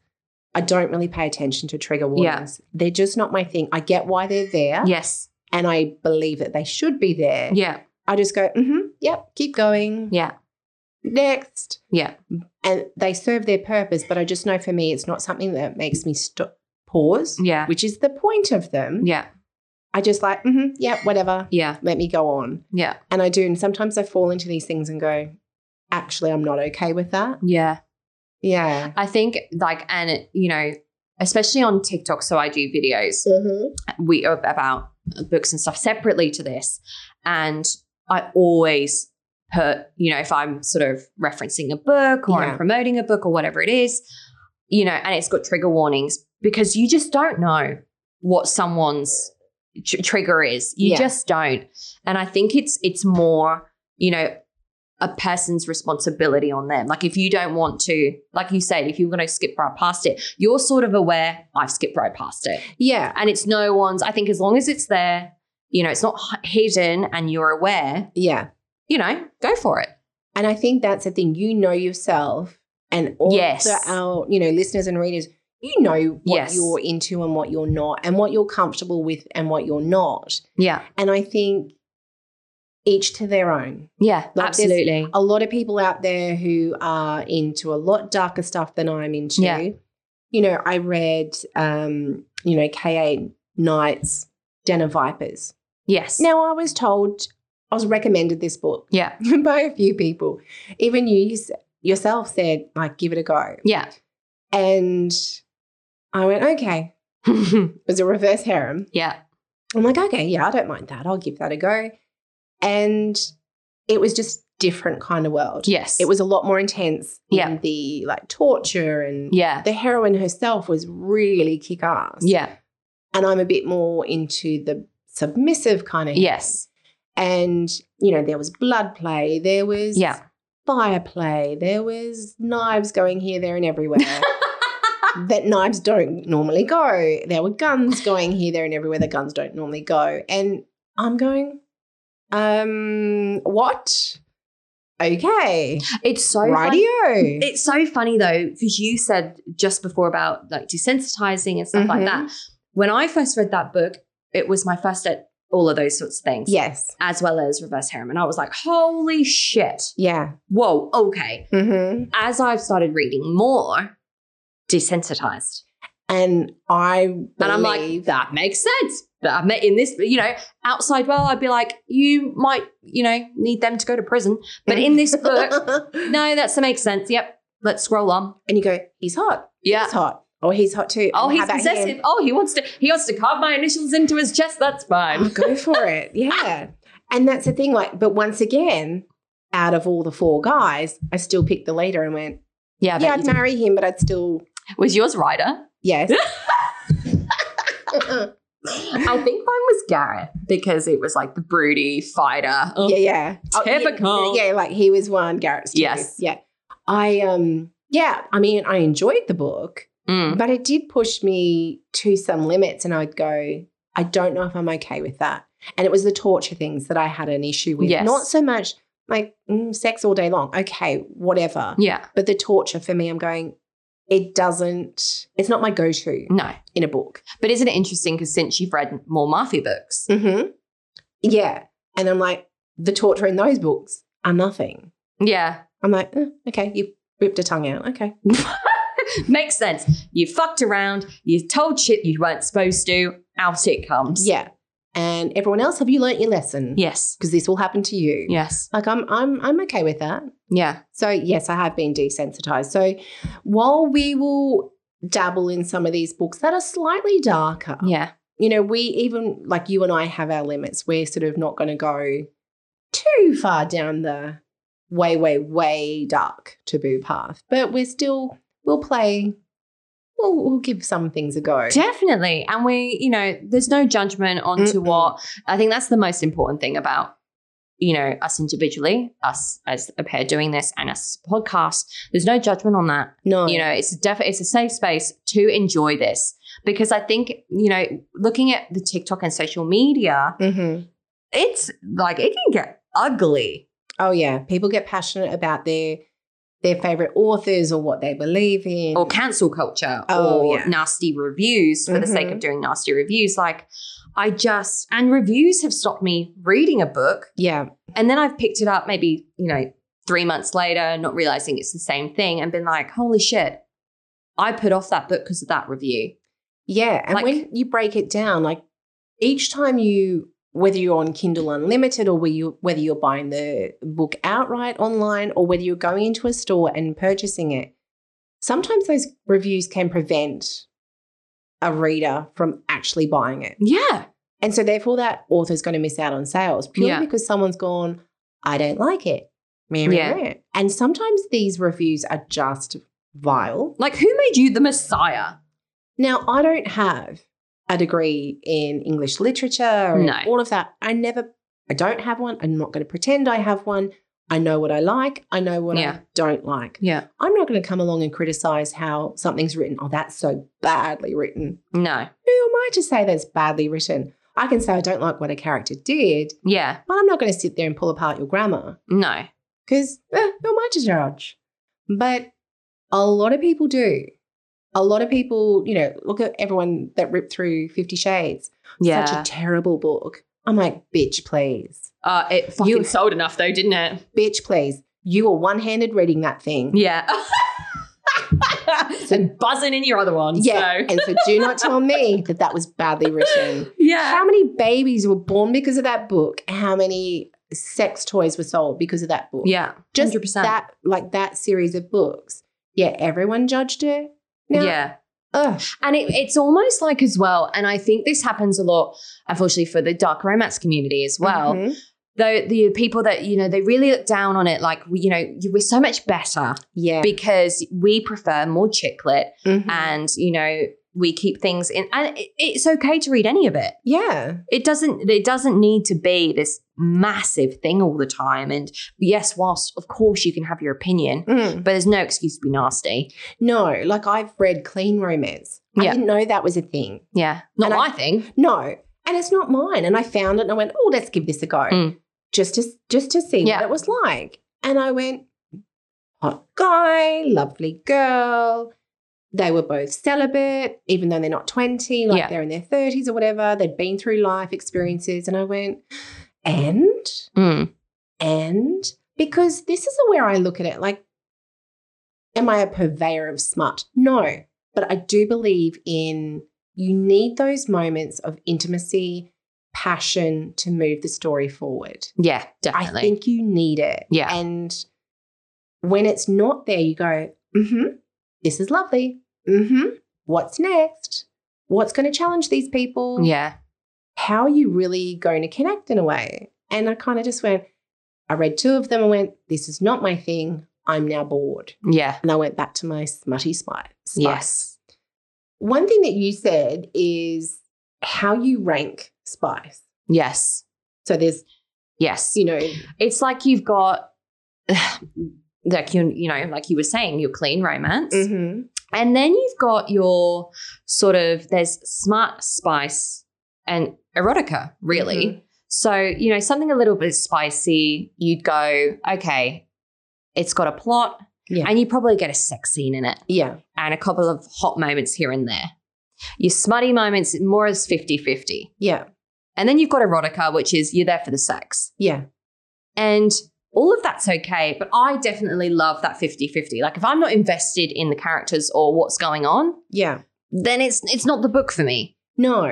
A: I don't really pay attention to trigger warnings. They're just not my thing. I get why they're there,
D: Yes.
A: and I believe that they should be there.
D: Yeah.
A: I just go, mm-hmm, "Yep, keep going."
D: Yeah.
A: next.
D: Yeah.
A: And they serve their purpose, but I just know for me, it's not something that makes me stop, pause,
D: Yeah.
A: which is the point of them.
D: Yeah.
A: I just like, mm-hmm, yeah, whatever,
D: Yeah.
A: let me go on.
D: Yeah.
A: And I do. And sometimes I fall into these things and go, actually, I'm not okay with that.
D: Yeah.
A: Yeah.
D: I think, like, and, it- you know, especially on TikTok, so I do videos.
A: Mm-hmm.
D: we about books and stuff separately to this and i always put you know if i'm sort of referencing a book or i'm
A: Yeah.
D: promoting a book or whatever it is you know and it's got trigger warnings because you just don't know what someone's tr- trigger is you
A: Yeah.
D: just don't and i think it's it's more you know a person's responsibility on them like if you don't want to like you said if you're going to skip right past it you're sort of aware i've skipped right past it
A: Yeah.
D: and it's no one's i think as long as it's there you know it's not h- hidden and you're aware
A: Yeah.
D: you know go for it
A: And I think that's the thing. You know yourself and all
D: Yes.
A: the- our, you know, listeners and readers, you know what
D: Yes.
A: you're into and what you're not, and what you're comfortable with and what you're not.
D: yeah
A: And I think each to their own.
D: yeah
A: Like this-
D: absolutely
A: A lot of people out there who are into a lot darker stuff than I'm into.
D: Yeah.
A: You know, I read, um, you know, K.A. Knight's Den of Vipers.
D: yes
A: Now, I was told, I was recommended this book
D: yeah
A: by a few people. Even you s- yourself said, like, give it a go.
D: yeah
A: And I went, okay. it was a reverse harem.
D: yeah
A: I'm like, okay, yeah, I don't mind that. I'll give that a go. And it was just different kind of world.
D: yes
A: It was a lot more intense in
D: Yeah.
A: the like torture and
D: yeah
A: the heroine herself was really kick ass.
D: yeah
A: And I'm a bit more into the submissive kind of
D: yes
A: And, you know, there was blood play, there was
D: yeah
A: fire play, there was knives going here, there, and everywhere. that knives don't normally go. There were guns going here, there, and everywhere. The guns don't normally go. And I'm going, Um, what? Okay.
D: It's so funny.
A: Radio.
D: It's so funny though, because you said just before about like desensitizing and stuff like
A: Mm-hmm.
D: that. When I first read that book, it was my first at all of those sorts of things,
A: Yes.
D: as well as reverse harem. And I was like, holy shit.
A: Yeah.
D: Whoa, okay.
A: Mm-hmm.
D: As I've started reading more, desensitized.
A: And I
D: And I'm like,
A: believe-
D: that makes sense. That ma- in this, you know, outside world, I'd be like, you might, you know, need them to go to prison. But in this book, no, that's that makes sense. Yep. Let's scroll on.
A: And you go, he's hot.
D: Yeah.
A: He's hot. Oh, he's hot too.
D: Oh,
A: And
D: he's
A: how about him?
D: possessive. Oh, he wants to he wants to carve my initials into his chest. That's
A: Oh,
D: fine.
A: go for it. Yeah. And that's the thing. Like, but once again, out of all the four guys, I still picked the leader and went,
D: Yeah,
A: yeah,
D: but
A: I'd marry him, but I'd still,
D: was yours Ryder?
A: yes.
D: I think mine was Garrett because it was like the broody fighter. Oh,
A: yeah, yeah. yeah,
D: Typical.
A: yeah, like he was one, Garrett's two.
D: Yes.
A: Yeah. I um yeah, I mean I enjoyed the book,
D: Mm.
A: but it did push me to some limits and I'd go, I don't know if I'm okay with that. And it was the torture things that I had an issue with.
D: Yes.
A: Not so much like mm, sex all day long. Okay, whatever.
D: Yeah.
A: But the torture for me, I'm going, it doesn't, it's not my go-to
D: No.
A: in a book.
D: But isn't it interesting because since you've read more Mafia books,
A: Mm-hmm. Yeah. And I'm like, the torture in those books are nothing.
D: yeah,
A: I'm like, eh, okay, you ripped a tongue out. Okay.
D: makes sense. You fucked around, you told shit you weren't supposed to, out it comes.
A: Yeah. And everyone else, have you learnt your lesson?
D: Yes.
A: Because this will happen to you.
D: Yes.
A: Like I'm I'm I'm okay with that.
D: Yeah.
A: So yes, I have been desensitized. So while we will dabble in some of these books that are slightly darker,
D: Yeah.
A: you know, we even like you and I have our limits. We're sort of not gonna go too far down the way, way, way dark taboo path. But we're still we'll play we'll, we'll give some things a go.
D: Definitely. And we, you know, there's no judgment onto
A: Mm-mm.
D: what I think that's the most important thing about, you know, us individually, us as a pair doing this and us as a podcast. There's no judgment on that.
A: No.
D: You know, it's def- it's a safe space to enjoy this. Because I think, you know, looking at the TikTok and social media,
A: hmm
D: it's like it can get ugly.
A: Oh yeah, people get passionate about their their favorite authors or what they believe in.
D: or cancel culture
A: Oh,
D: or
A: yeah.
D: nasty reviews for the sake
A: Mhm.
D: of doing nasty reviews. Like, I just, and reviews have stopped me reading a book.
A: yeah,
D: And then I've picked it up maybe, you know, three months later, not realizing it's the same thing and been like, holy shit, I put off that book because of that review.
A: yeah. And
D: Like-
A: when you break it down, like each time you whether you're on Kindle Unlimited or whether you whether you're buying the book outright online or whether you're going into a store and purchasing it, sometimes those reviews can prevent a reader from actually buying it.
D: Yeah.
A: And so therefore that author's going to miss out on sales purely
D: Yeah.
A: because someone's gone, I don't like it. Meh, meh,
D: Yeah.
A: meh. And sometimes these reviews are just vile.
D: Like, who made you the messiah?
A: Now, I don't have a degree in English literature and
D: No.
A: all of that. I never I don't have one. I'm not going to pretend I have one. I know what I like. I know what
D: Yeah.
A: I don't like.
D: Yeah.
A: I'm not going to come along and criticize how something's written. Oh, that's so badly written.
D: No.
A: Who am I to say that's badly written? I can say I don't like what a character did,
D: Yeah.
A: but I'm not going to sit there and pull apart your grammar
D: No.
A: because eh, who am I to judge? But a lot of people do. A lot of people, you know, look at everyone that ripped through Fifty Shades.
D: Yeah.
A: Such a terrible book. I'm like, bitch, please.
D: uh, it fucking
A: You-
D: sold enough though, didn't it?
A: Bitch, please. You were one handed reading that thing.
D: Yeah. and buzzing in your other one.
A: Yeah. and so do not tell me that that was badly written.
D: Yeah.
A: How many babies were born because of that book? How many sex toys were sold because of that book?
D: Yeah.
A: just
D: 100%.
A: that like that series of books. Yeah, everyone judged it. Now,
D: yeah.
A: ugh,
D: And it, it's almost like, as well, and I think this happens a lot, unfortunately, for the dark romance community as well.
A: mhm.
D: Though the people that, you know, they really look down on it, like, we- you know, you- we're so much better
A: yeah,
D: because we prefer more chicklet
A: mhm.
D: and, you know, we keep things in. And it, it's okay to read any of it.
A: yeah,
D: It doesn't, it doesn't need to be this massive thing all the time. And yes, whilst, of course, you can have your opinion,
A: Mm.
D: but there's no excuse to be nasty.
A: no, like I've read clean romance. I
D: Yeah.
A: didn't know that was a thing.
D: Yeah. Not
A: And I-
D: my thing.
A: No, and it's not mine. And I found it, and I went, oh, let's give this a go.
D: Mm.
A: just to just to see
D: Yeah.
A: what it was like. And I went, hot guy, lovely girl. They were both celibate, even though they're not 20, like
D: Yeah.
A: they're in their 30s or whatever. They'd been through life experiences. And I went, and
D: Mm.
A: and because this is where I look at it like, am I a purveyor of smut? No, but I do believe in you need those moments of intimacy, passion to move the story forward.
D: Yeah,
A: I
D: definitely.
A: think you need it.
D: Yeah.
A: And when it's not there, you go, mm-hmm, this is lovely. Mm-hmm. What's next? What's going to challenge these people?
D: yeah.
A: how are you really going to connect in a way? And I kind of just went, I read two of them and went, this is not my thing. I'm now bored.
D: Yeah.
A: And I went back to my smutty spice. spice.
D: Yes.
A: One thing that you said is how you rank spice.
D: Yes.
A: So there's,
D: Yes.
A: you know,
D: It's like you've got like you you know, like you were saying, your clean romance.
A: mhm,
D: And then you've got your sort of there's smart spice and erotica, really.
A: mhm.
D: So, you know, something a little bit spicy, you'd go, okay, it's got a plot.
A: Yeah.
D: And you probably get a sex scene in it
A: Yeah.
D: and a couple of hot moments here and there. Your smutty moments more as 50 50.
A: Yeah.
D: And then you've got erotica, which is you're there for the sex.
A: Yeah.
D: And all of that's okay, but I definitely love that 50 50. Like if I'm not invested in the characters or what's going on,
A: Yeah.
D: then it's it's not the book for me.
A: No.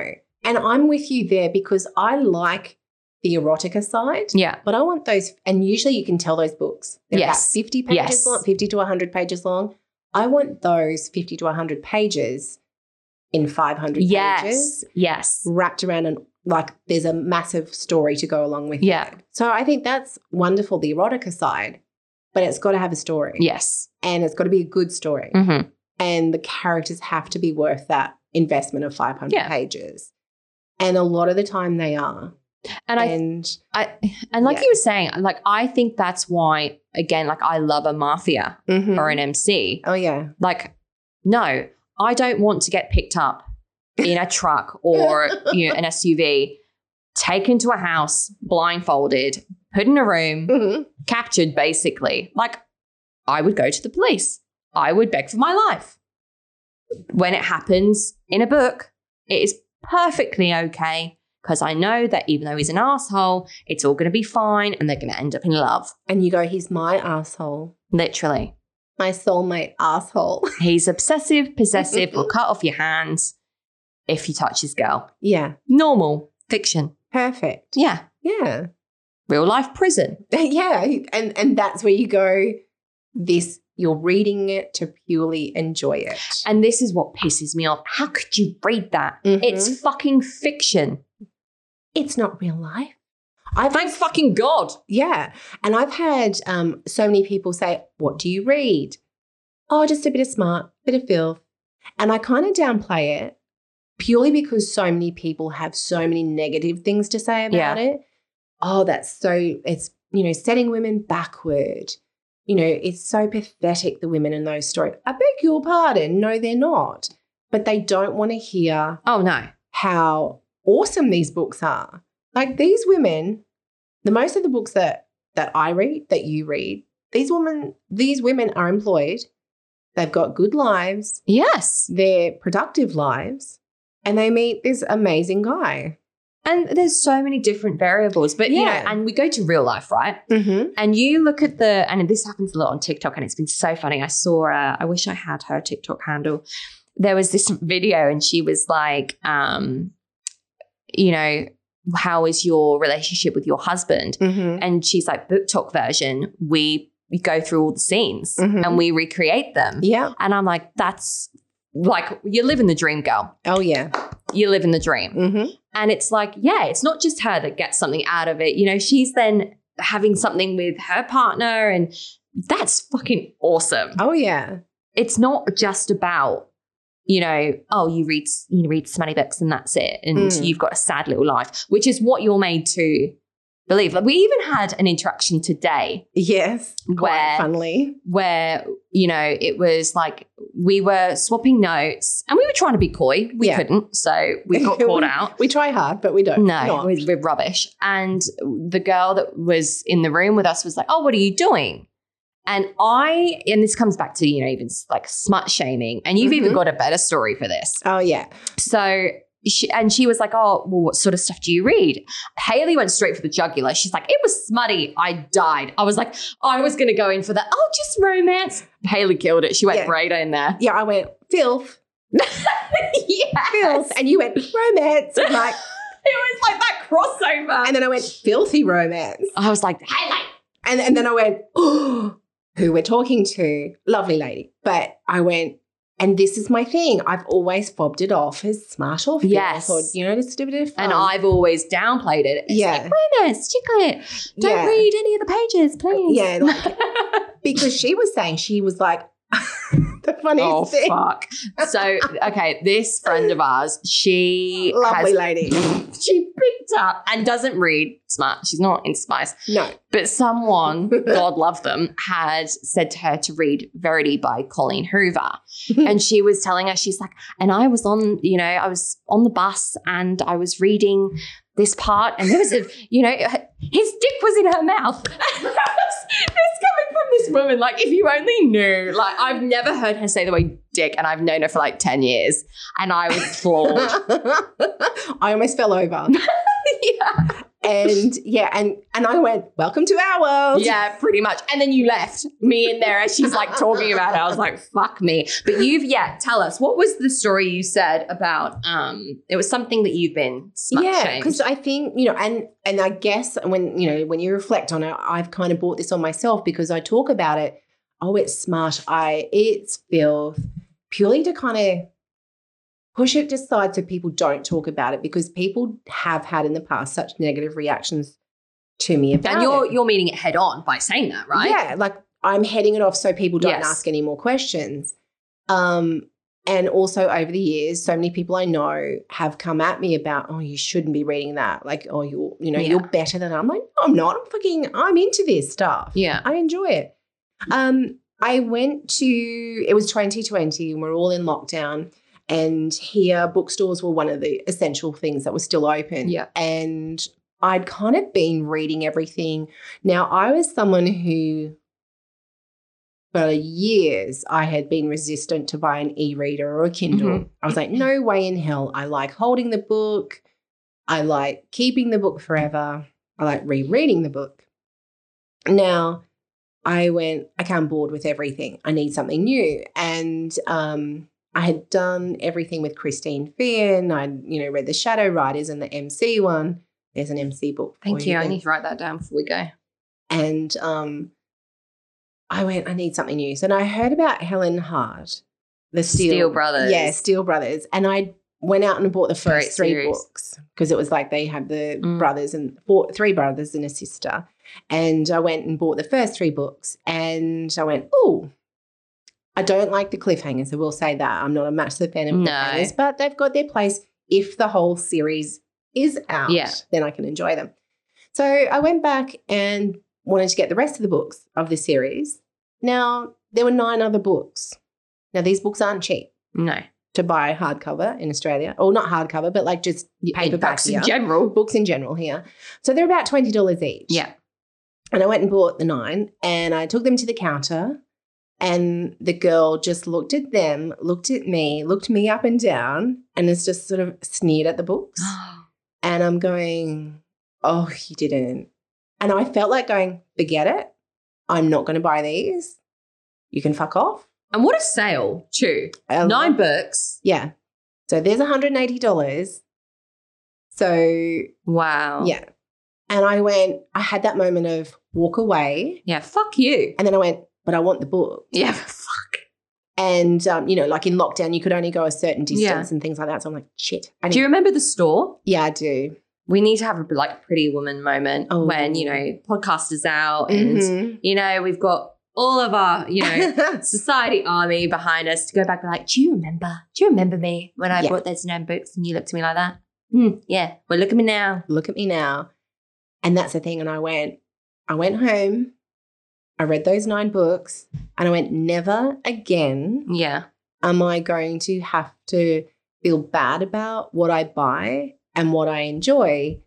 A: And I'm with you there because I like the erotica side.
D: Yeah.
A: But I want those, and usually you can tell those books. They're
D: Yes.
A: about 50 pages
D: Yes.
A: long, 50 to 100 pages long. I want those 50 to 100 pages in 500
D: Yes.
A: pages
D: Yes.
A: wrapped around and like there's a massive story to go along with
D: Yeah.
A: it. So I think that's wonderful, the erotica side, but it's got to have a story
D: Yes.
A: and it's got to be a good story.
D: Mm-hmm.
A: And the characters have to be worth that investment of 500
D: Yeah.
A: pages. And a lot of the time they are.
D: And I
A: and
D: I and like
A: Yeah.
D: you were saying, like I think that's why again, like I love a mafia
A: Mhm.
D: or an MC.
A: oh, yeah.
D: Like, no, I don't want to get picked up in a truck or you know an SUV, taken to a house, blindfolded, put in a room,
A: Mhm.
D: captured basically. Like, I would go to the police. I would beg for my life. When it happens in a book, it is perfectly okay because I know that even though he's an asshole, it's all going to be fine and they're going to end up in love.
A: and you go, he's my asshole,
D: Literally.
A: my soulmate asshole.
D: He's obsessive, possessive, will cut off your hands if you touch his girl.
A: yeah,
D: Normal fiction.
A: perfect.
D: Yeah.
A: Yeah,
D: Real life prison.
A: yeah, and and that's where you go. This you're reading it to purely enjoy it.
D: And this is what pisses me off. How could you read that?
A: Mhm.
D: It's fucking fiction.
A: it's not real life. I've
D: Thank fucking God.
A: yeah, and I've had um, so many people say, "What do you read?" Oh, just a bit of smart, bit of filth, and I kind of downplay it purely because so many people have so many negative things to say about it. Oh, that's so it's you know setting women backward. You know, it's so pathetic the women in those stories. I beg your pardon, no, they're not. But they don't want to hear
D: Oh no.
A: how awesome these books are. Like these women, the most of the books that that I read, that you read, these women, these women are employed. They've got good lives
D: Yes.
A: their productive lives and they meet this amazing guy.
D: And there's so many different variables, but you know,
A: Yeah.
D: and we go to real life, right?
A: Mm-hmm.
D: And you look at the, and this happens a lot on TikTok, and it's been so funny. I saw, uh, I wish I had her TikTok handle. There was this video, and she was like, um, you know, how is your relationship with your husband?
A: Mm-hmm.
D: And she's like, book talk version. We we go through all the scenes
A: Mhm.
D: and we recreate them.
A: Yeah.
D: And I'm like, that's like you're living the dream, girl.
A: Oh, yeah.
D: You're living the dream.
A: Mm-hmm.
D: And it's like, yeah, it's not just her that gets something out of it. You know, she's then having something with her partner, and that's fucking awesome.
A: Oh, yeah.
D: It's not just about, you know, oh, you read you read smutty books and that's it, and
A: Mm.
D: you've got a sad little life, which is what you're made to believe. Like we even had an interaction today
A: Yes. Quite
D: Where-
A: funnily.
D: where you know it was like we were swapping notes and we were trying to be coy. We
A: Yeah.
D: couldn't, so we got caught out.
A: We try hard, but we don't.
D: No,
A: Not.
D: we- we're rubbish. And the girl that was in the room with us was like, "Oh, what are you doing?" And I, and this comes back to you know even s- like smut shaming, and you've even
A: Mhm.
D: got a better story for this.
A: Oh yeah.
D: So she, and she was like, "Oh, well, what sort of stuff do you read?" Haley went straight for the jugular. She's like, "It was smutty. I died." I was like, "I was going to go in for that. Oh, just romance." Haley killed it. She went
A: Yeah.
D: right in there.
A: Yeah, I went filth,
D: yeah,
A: filth, and you went romance. I'm like,
D: it was like that crossover.
A: and then I went filthy romance,
D: I was like, "Haley,
A: and and then I went, oh, who we're talking to, lovely lady. But I went, and this is my thing. I've always fobbed it off as smart or filth,
D: Yes.
A: or you know, just a bit of fun.
D: and I've always downplayed it. It's
A: Oh. Yeah.
D: like, romance, chocolate. Don't
A: Yeah.
D: read any of the pages, please.
A: Yeah, because she was saying she was like the funniest
D: oh
A: thing.
D: fuck. So okay, this friend of ours, she has
A: Lovely lady.
D: she picked up and doesn't read smart. She's not in spice.
A: No.
D: But someone, God love them, had said to her to read Verity by Colleen Hoover. and she was telling us, she's like, and I was on, you know, I was on the bus and I was reading this part and there was a, you know, his dick was in her mouth. And I was- this coming from this woman, like, if you only knew, like, I've never heard her say the word dick and I've known her for like 10 years. And I was floored.
A: I almost fell over.
D: yeah.
A: And yeah, and and I went, welcome to our world.
D: Yeah, pretty much. And then you left me in there as she's like talking about it. I was like, fuck me. But you've yeah, tell us what was the story you said about um it was something that you've been smut
A: Yeah,
D: shamed.
A: because I think you know, and and I guess when you know when you reflect on it, I've kind of brought this on myself because I talk about it. Oh, it's smart. I it's filth, purely to kind of push it aside so people don't talk about it because people have had in the past such negative reactions to me about
D: And you're
A: it.
D: you're meeting it head on by saying that, right?
A: Yeah, like I'm heading it off so people don't
D: Yes.
A: ask any more questions. Um, and also over the years, so many people I know have come at me about, oh, you shouldn't be reading that. Like, oh, you're, you know,
D: Yeah.
A: you're better than I'm like, no, I'm not. I'm fucking, I'm into this stuff.
D: Yeah.
A: I enjoy it. Um, I went to it was 2020 and we're all in lockdown. And here bookstores were one of the essential things that was still open.
D: Yeah.
A: And I'd kind of been reading everything. Now I was someone who for years I had been resistant to buy an e-reader or a Kindle.
D: Mhm.
A: I was like, no way in hell. I like holding the book. I like keeping the book forever. I like rereading the book. Now, I went, okay, I'm bored with everything. I need something new. And um, I had done everything with Christine Fearn. I'd, you know, read the Shadow Riders and the MC one. There's an MC book. for
D: Thank you. I
A: then.
D: need to write that down before we go.
A: And um, I went, I need something new. So and I heard about Helen Hart, the Steel,
D: Steel Brothers.
A: Yeah, Steel Brothers. And I went out and bought the
D: Great
A: first three
D: series.
A: books because it was like they had the
D: Mm.
A: brothers and four, three brothers and a sister. And I went and bought the first three books. And I went, oh, I don't like the cliffhangers. I will say that. I'm not a massive fan of
D: No.
A: cliffhangers, but they've got their place if the whole series is out,
D: Yeah.
A: then I can enjoy them. So I went back and wanted to get the rest of the books of the series. Now, there were nine other books. Now, these books aren't cheap
D: No.
A: to buy hardcover in Australia, or not hardcover, but like just paperback
D: Books
A: here.
D: in general.
A: books in general here. So they're about $20 each.
D: Yeah.
A: And I went and bought the nine and I took them to the counter. And the girl just looked at them, looked at me, looked me up and down, and has just sort of sneered at the books. And I'm going, oh, you didn't. And I felt like going, forget it. I'm not going to buy these. You can fuck off.
D: and what a sale, too.
A: I
D: Nine
A: love-
D: books.
A: Yeah. So there's $180. So
D: Wow.
A: yeah. And I went, I had that moment of walk away.
D: Yeah. Fuck you.
A: And then I went, but I want the book.
D: Yeah.
A: And, um, you know, like in lockdown, you could only go a certain distance
D: Yeah.
A: and things like that. So I'm like, shit. I
D: Do you remember the store?
A: yeah, I do.
D: We need to have a like pretty woman moment
A: Oh.
D: when, you know, podcast is out and
A: Mhm.
D: you know, we've got all of our, Mm-hmm. you know, society army behind us to go back and be like, do you remember? Do you remember me when I
A: Yeah.
D: bought those nine books and you looked at me like that? Hmm, yeah. Well, look at me now.
A: look at me now. And that's the thing. And I went, I went home, I read those nine books, and I went, never again
D: Yeah.
A: am I going to have to feel bad about what I buy and what I enjoy?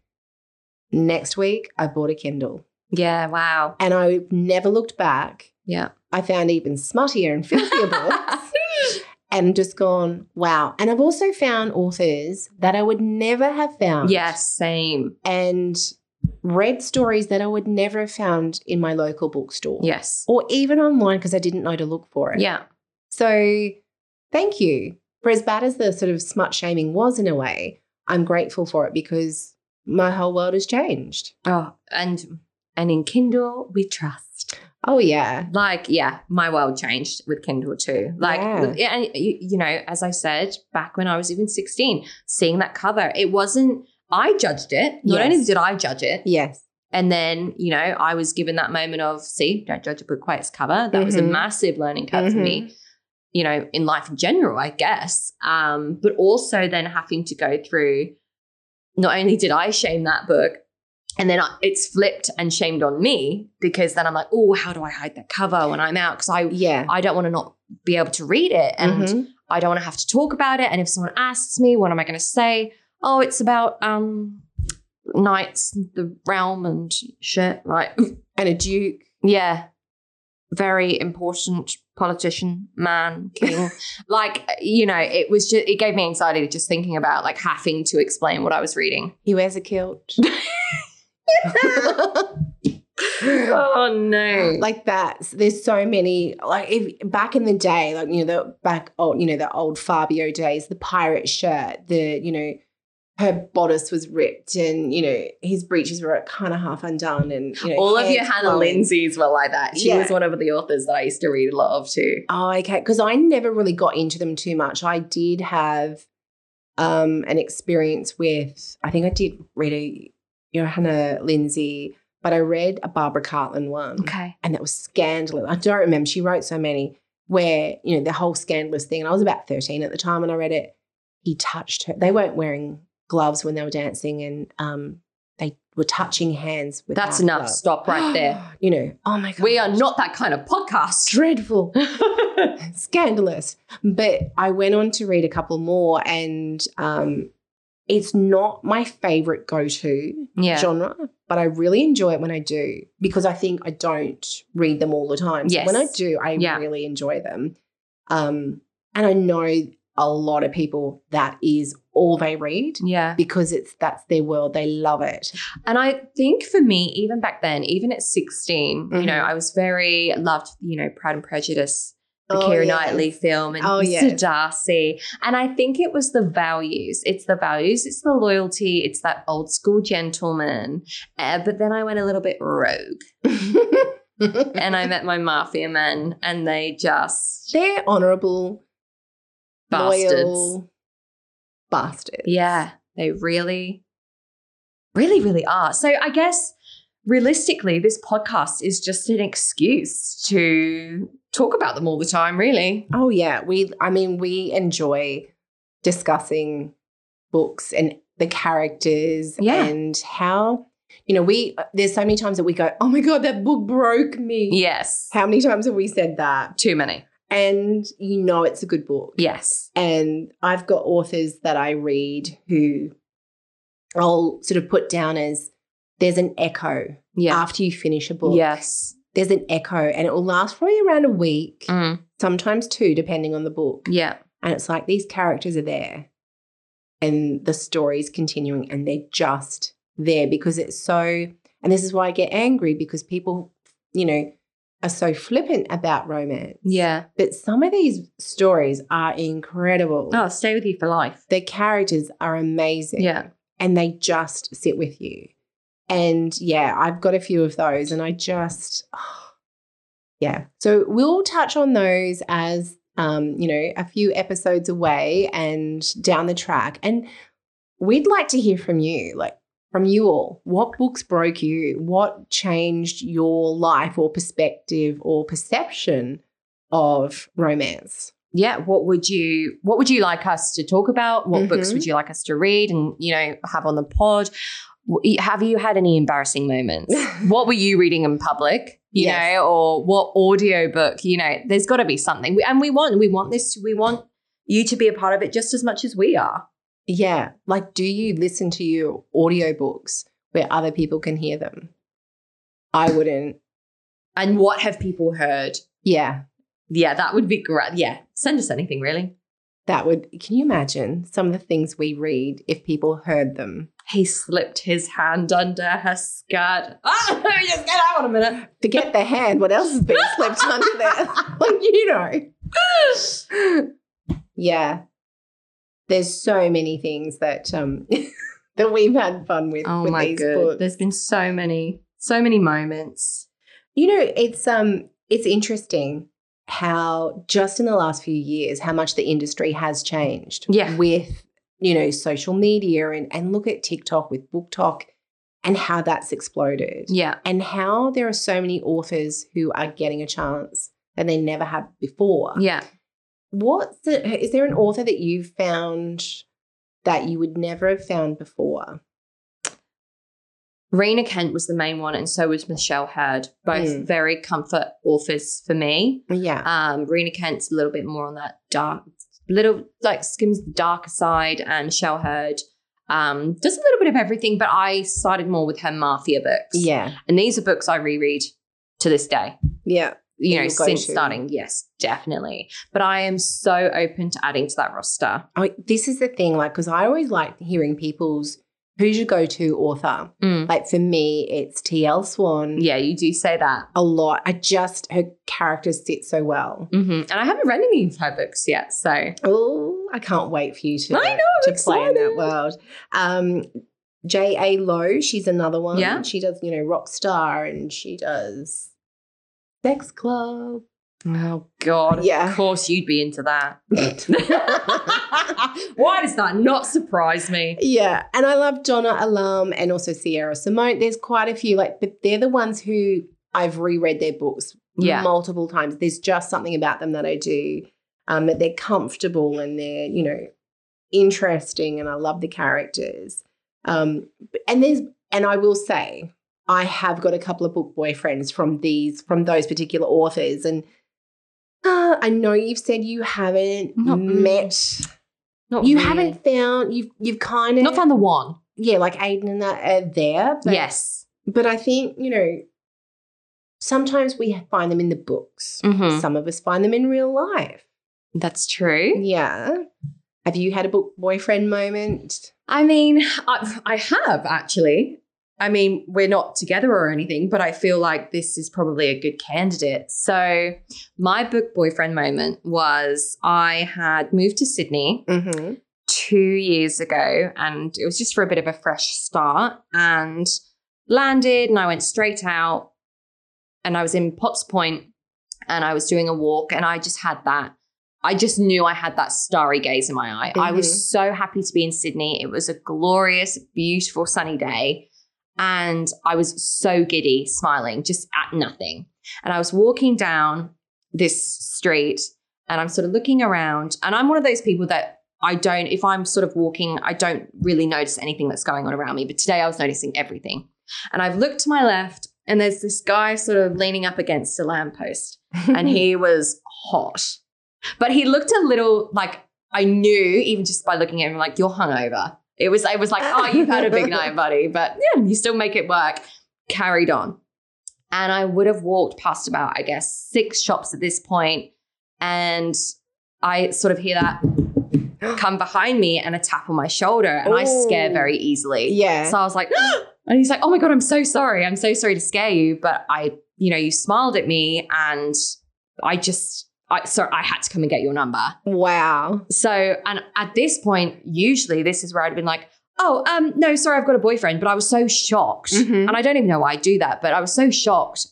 A: Next week, I bought a Kindle
D: Yeah. Wow.
A: and I never looked back.
D: Yeah.
A: I found even smuttier and filthier books and just gone, wow. And I've also found authors that I would never have found.
D: Yes. Same.
A: And read stories that I would never have found in my local bookstore.
D: Yes.
A: Or even online because I didn't know to look for it.
D: Yeah.
A: So thank you. For as bad as the sort of smut shaming was in a way, I'm grateful for it because my whole world has changed.
D: Oh, and and in Kindle we trust.
A: Oh, yeah.
D: Like, yeah, my world changed with Kindle too. Like,
A: Yeah.
D: and you, you know, as I said back when I was even sixteen, seeing that cover, it wasn't. I judged it. Not
A: Yes.
D: only did I judge it,
A: Yes.
D: And then, you know, I was given that moment of, see, don't judge a book by its cover. That was a
A: Mhm.
D: massive learning curve for me, you know, in life in general, I guess. Um, but also then having to go through, not only did I shame that book, and then I, it's flipped and shamed on me because then I'm like, oh, how do I hide that cover when I'm out? Because I,
A: Yeah.
D: I don't want to not be able to read it. And
A: Mhm.
D: I don't want to have to talk about it. And if someone asks me, what am I going to say? Oh, it's about um knights, the realm, and shit. Like,
A: And a Duke.
D: yeah, very important politician, man, king. like, you know, it was just it gave me anxiety just thinking about like having to explain what I was reading.
A: He wears a kilt.
D: oh no! Like,
A: like that. There's so many. Like if back in the day, like you know the back old, you know the old Fabio days, the pirate shirt, the you know her bodice was ripped, and you know his breeches were kind of half undone, and you know,
D: all of your
A: hair's
D: Hannah
A: flowing.
D: Lindsay's were like that. She
A: Yeah.
D: was one of the authors that I used to read a lot of too.
A: Oh, okay. Because I never really got into them too much. I did have um, an experience with, I think I did read a Johanna Lindsay, but I read a Barbara Cartland one.
D: Okay.
A: And that was scandalous. I don't remember. She wrote so many where, you know, the whole scandalous thing. And I was about 13 at the time and I read it. He touched her. They weren't wearing gloves when they were dancing and um, they were touching hands with
D: That's enough. Stop right there.
A: You know, oh my God.
D: We are not that kind of podcast.
A: dreadful scandalous. But I went on to read a couple more, and um, it's not my favorite go to
D: yeah.
A: genre, but I really enjoy it when I do because I think I don't read them all the time. So
D: Yes.
A: when I do, I
D: Yeah.
A: really enjoy them. Um, and I know a lot of people that is all they read
D: Yeah.
A: because it's that's their world. They love it.
D: And I think for me, even back then, even at 16, you know,
A: Mhm.
D: I was very loved, you know, Pride and Prejudice, the
A: Oh,
D: Keira
A: yes.
D: Knightley film, and
A: Oh,
D: Mr.
A: yes.
D: Darcy. And I think it was the values. It's the values, it's the loyalty, it's that old school gentleman. Uh, but then I went a little bit rogue and I met my mafia men, and they just
A: They're honorable,
D: bastards.
A: loyal bastards.
D: Yeah, they really, really, really are. So I guess realistically, this podcast is just an excuse to talk about them all the time, really.
A: Oh yeah, we I mean we enjoy discussing books and the characters
D: Yeah.
A: and how you know we uh, there's so many times that we go, "Oh my god, that book broke me."
D: Yes.
A: How many times have we said that?
D: Too many.
A: And you know it's a good book.
D: Yes.
A: And I've got authors that I read who I'll sort of put down as there's an echo
D: Yeah.
A: after you finish a book.
D: Yes.
A: There's an echo and it will last probably around a week,
D: Mm.
A: sometimes two, depending on the book.
D: Yeah.
A: And it's like these characters are there and the story's continuing and they're just there because it's so, and this is why I get angry because people, you know, are so flippant about romance.
D: Yeah.
A: But some of these stories are incredible.
D: Oh, stay with you for life.
A: The characters are amazing
D: Yeah.
A: and they just sit with you. And yeah, I've got a few of those and I just yeah. So we'll touch on those as um, you know, a few episodes away and down the track. And we'd like to hear from you, like from you all. What books broke you? What changed your life or perspective or perception of romance?
D: Yeah. What would you What would you like us to talk about? What books
A: Mhm.
D: would you like us to read and you know have on the pod? W- Have you had any embarrassing moments? what were you reading in public? you
A: Yes.
D: know, or what audiobook, you know, there's got to be something. We- And we want, we want this, we want you to be a part of it just as much as we are.
A: Yeah. Like, do you listen to your audiobooks where other people can hear them? I wouldn't.
D: And what have people heard?
A: Yeah.
D: Yeah, that would be great. Yeah, send us anything really.
A: That would, can you imagine some of the things we read if people heard them?
D: He slipped his hand under her skirt. Ah, let me just get out a minute.
A: Forget the hand. What else has been slipped under there? Like, you know. Yeah. There's so many things that um that we've had fun with.
D: Oh
A: with
D: my
A: these
D: god,
A: books.
D: there's been so many, so many moments.
A: You know, it's um it's interesting how just in the last few years how much the industry has changed
D: Yeah.
A: with you know social media and and look at TikTok with BookTok and how that's exploded
D: Yeah,
A: and how there are so many authors who are getting a chance that they never have before.
D: yeah.
A: What's the, is there an author that you've found that you would never have found before?
D: Rena Kent was the main one, and so was Michelle Hurd, both
A: Mm.
D: very comfort authors for me.
A: Yeah.
D: Um, Rena Kent's a little bit more on that dark, little like skims the darker side, and Michelle Hurd um, does a little bit of everything, but I sided more with her mafia books.
A: Yeah.
D: And these are books I reread to this day,
A: Yeah.
D: you
A: That
D: know,
A: you'll go
D: since
A: to.
D: starting. Yes, definitely. But I am so open to adding to that roster.
A: I, this is the thing, like, because I always like hearing people's who's your go to author.
D: Mm.
A: Like, for me, it's T.L. Swan
D: Yeah, you do say that.
A: a lot. I just, her characters sit so well.
D: hmm And I haven't read any of her books yet. So
A: Oh, I can't wait for you to,
D: I know,
A: to
D: I'm
A: play in that
D: excited.
A: world. Um, J.A. Lowe, she's another one.
D: Yeah.
A: She does, you know, Rockstar and she does Sex Club.
D: Oh God!
A: Yeah.
D: Of course you'd be into that. Why does that not surprise me?
A: Yeah, and I love Donna Alam and also Sierra Simone. There's quite a few, like, but they're the ones who I've reread their books
D: Yeah.
A: multiple times. There's just something about them that I do, um, that they're comfortable and they're you know interesting, and I love the characters. Um, but- and there's and I will say I have got a couple of book boyfriends from these from those particular authors, and uh, I know you've said you haven't
D: Not-
A: met.
D: Not
A: You
D: really.
A: haven't found you've you've kind of
D: not found the one.
A: yeah, like Aiden and that are there. But,
D: yes.
A: But I think, you know, sometimes we find them in the books.
D: Mhm.
A: Some of us find them in real life.
D: That's true.
A: Yeah. Have you had a book boyfriend moment?
D: I mean, I, I have actually. I mean, we're not together or anything, but I feel like this is probably a good candidate. So, my book boyfriend moment was I had moved to Sydney
A: Mm-hmm.
D: two years ago and it was just for a bit of a fresh start and landed and I went straight out and I was in Potts Point and I was doing a walk and I just had that I just knew I had that starry gaze in my eye. I
A: Mhm.
D: was so happy to be in Sydney. It was a glorious, beautiful sunny day and I was so giddy smiling just at nothing. And I was walking down this street and I'm sort of looking around and I'm one of those people that I don't, if I'm sort of walking, I don't really notice anything that's going on around me. But today I was noticing everything. And I've looked to my left, and there's this guy sort of leaning up against a lamppost, and he was hot. But he looked a little like I knew, even just by looking at him, like, you're hungover. It was, it was like, oh, you've had a big night, buddy. But yeah, you still make it work. Carried on. And I would have walked past about, I guess, six shops at this point, And I sort of hear that come behind me and a tap on my shoulder and I scare
A: Ooh.
D: very easily.
A: Yeah.
D: So I was like, and he's like, oh my God, I'm so sorry. I'm so sorry to scare you. But I, you know, you smiled at me and I just, I, so I had to come and get your number.
A: wow.
D: So, and at this point, usually this is where I'd been like, oh, um, no, sorry, I've got a boyfriend. But I was so shocked.
A: Mhm.
D: And I don't even know why I do that, but I was so shocked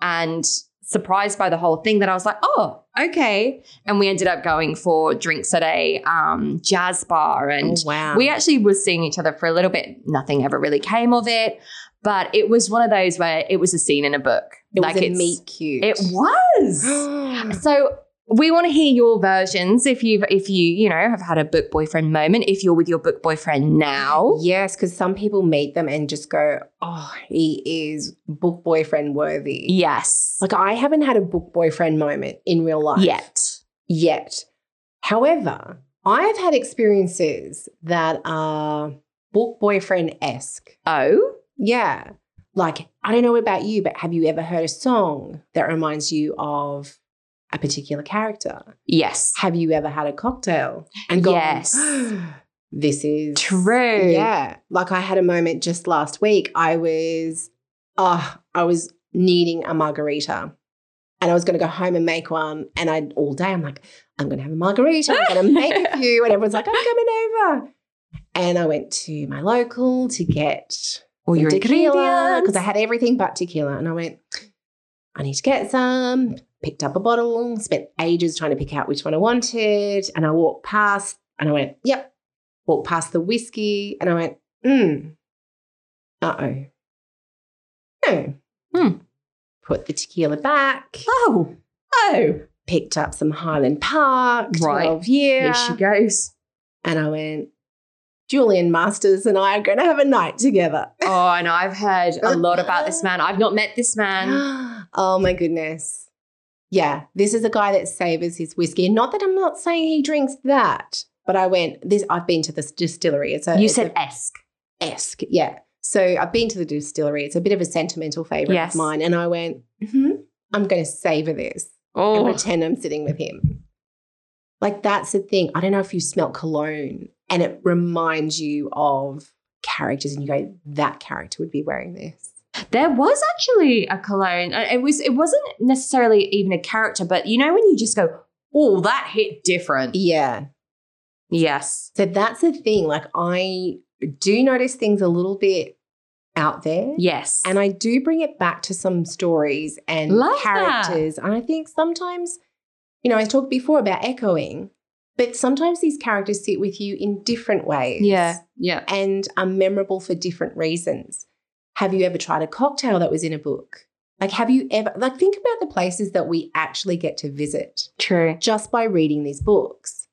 D: and surprised by the whole thing that I was like, oh, okay. And we ended up going for drinks at a um, jazz bar. And
A: Oh, wow.
D: we actually were seeing each other for a little bit. Nothing ever really came of it. But it was one of those where it was a scene in a book.
A: it was a
D: it's-
A: meet cute.
D: It was.
A: was.
D: So we want to hear your versions if you've if you you know have had a book boyfriend moment if you're with your book boyfriend now
A: Yes, because some people meet them and just go, oh, he is book boyfriend worthy.
D: yes
A: Like I haven't had a book boyfriend moment in real life
D: yet
A: Yet. However, I've had experiences that are book boyfriend esque.
D: oh
A: Yeah. Like, I don't know about you, but have you ever heard a song that reminds you of a particular character?
D: yes
A: Have you ever had a cocktail and gone,
D: Yes.
A: this is
D: true
A: Yeah. Like I had a moment just last week. I was, oh, I was needing a margarita. And I was going to go home and make one. And I all day I'm like, I'm going to have a margarita. I'm going to make a few. And everyone's like, I'm coming over. And I went to my local to get
D: or your
A: tequila
D: ingredients
A: because I had everything but tequila. And I went, I need to get some. Picked up a bottle, spent ages trying to pick out which one I wanted. And I walked past and I went, yep. Walked past the whiskey and I went, mm, uh oh. No.
D: Hmm.
A: Put the tequila back.
D: oh oh
A: Picked up some Highland Park,
D: Right.
A: 12 year.
D: here she goes
A: and I went, Julian Masters and I are going to have a night together.
D: oh and i've heard a lot about this man i've not met this man
A: oh my goodness. Yeah, this is a guy that savors his whiskey. And not that I'm not saying he drinks that, but I went this. I've been to this distillery. It's a
D: you
A: it's
D: said
A: a
D: esque
A: esque, yeah. So I've been to the distillery. It's a bit of a sentimental favorite
D: Yes.
A: of mine, and I went. hmm I'm going to savor this and
D: oh
A: pretend I'm sitting with him. Like that's the thing. I don't know if you smell cologne and it reminds you of characters, and you go, that character would be wearing this.
D: There was actually a cologne. Uh, It was. It wasn't necessarily even a character, but you know when you just go, "Oh, that hit different."
A: Yeah,
D: Yes.
A: So that's the thing. Like I do notice things a little bit out there.
D: Yes.
A: And I do bring it back to some stories and
D: Love that.
A: characters. And I think sometimes, you know, I talked before about echoing, but sometimes these characters sit with you in different ways.
D: yeah. Yeah.
A: And are memorable for different reasons. Have you ever tried a cocktail that was in a book? Like, have you ever, like, think about the places that we actually get to visit
D: True.
A: just by reading these books.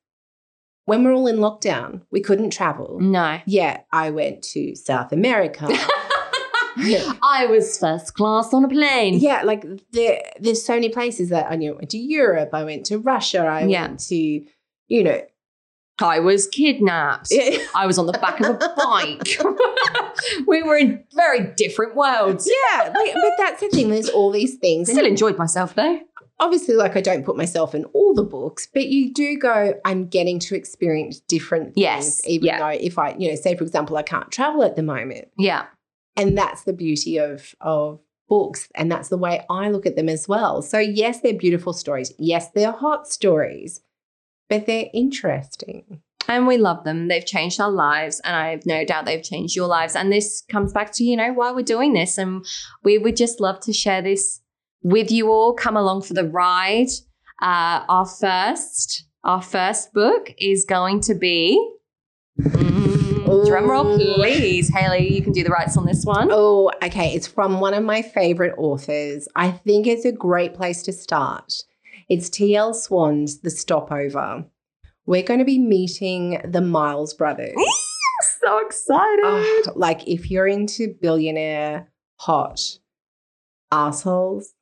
A: When we're all in lockdown, we couldn't travel.
D: No.
A: Yeah, I went to South America. yeah.
D: I was first class on a plane.
A: Yeah, like there, there's so many places that I knew. I went to Europe, I went to Russia, I
D: Yeah.
A: went to, you know,
D: I was kidnapped.
A: yeah,
D: I was on the back of a bike. we were in very different worlds.
A: like, but that's the thing. There's all these things.
D: Still enjoyed myself though.
A: Obviously, like I don't put myself in all the books, but you do go, I'm getting to experience different things.
D: Yes,
A: Even
D: yeah.
A: though if I, you know, say for example, I can't travel at the moment.
D: Yeah.
A: and that's the beauty of of books and that's the way i look at them as well so yes they're beautiful stories yes they're hot stories but they're interesting
D: And we love them. They've changed our lives, and I have no doubt they've changed your lives. And this comes back to, you know, why we're doing this. And we would just love to share this with you all. Come along for the ride. Uh, our first, our first book is going to be. Mm, drum roll,
A: Ooh.
D: please. Haley, you can do the rights on this one.
A: oh okay it's from one of my favorite authors i think it's a great place to start it's tl swan's the stopover we're going to be meeting the miles brothers
D: so excited.
A: Oh, like if you're into billionaire hot assholes.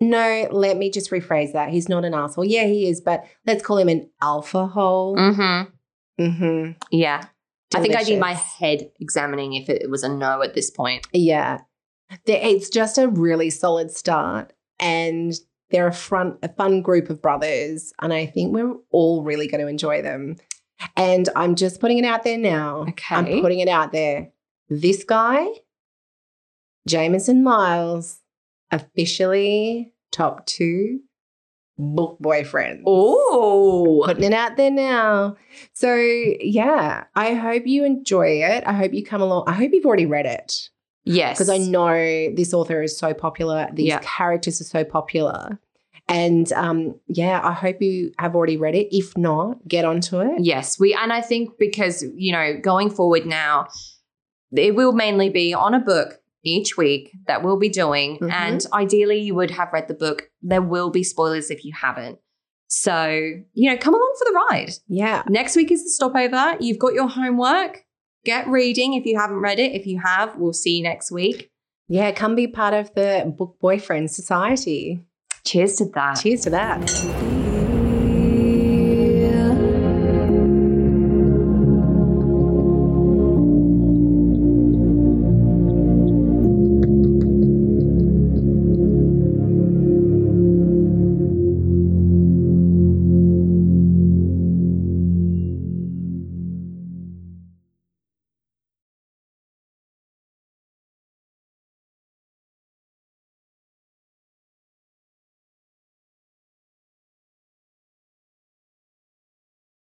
A: No, let me just rephrase that. He's not an asshole. Yeah, he is, but let's call him an alpha hole.
D: Mm-hmm.
A: hmm
D: Yeah. I think I'd be my
A: Delicious.
D: head examining if it was a no at this point.
A: Yeah. They- It's just a really solid start. And they're a, front, a fun group of brothers. And I think we're all really going to enjoy them. And I'm just putting it out there now.
D: Okay.
A: I'm putting it out there. This guy, Jameson Miles, officially top two book boyfriend.
D: Oh.
A: Putting it out there now. So, yeah, I hope you enjoy it. I hope you come along. I hope you've already read it
D: Yes.
A: because I know this author is so popular. These
D: Yeah.
A: characters are so popular. And um, yeah, I hope you have already read it. If not, get onto it.
D: Yes, we and I think because you know going forward now, it will mainly be on a book each week that we'll be doing,
A: Mhm.
D: and ideally you would have read the book. There will be spoilers if you haven't, So, you know, come along for the ride.
A: Yeah.
D: Next week is the stopover. You've got your homework. Get reading if you haven't read it. If you have, we'll see you next week.
A: Yeah. Come be part of the book boyfriend society.
D: Cheers to that.
A: Cheers to that.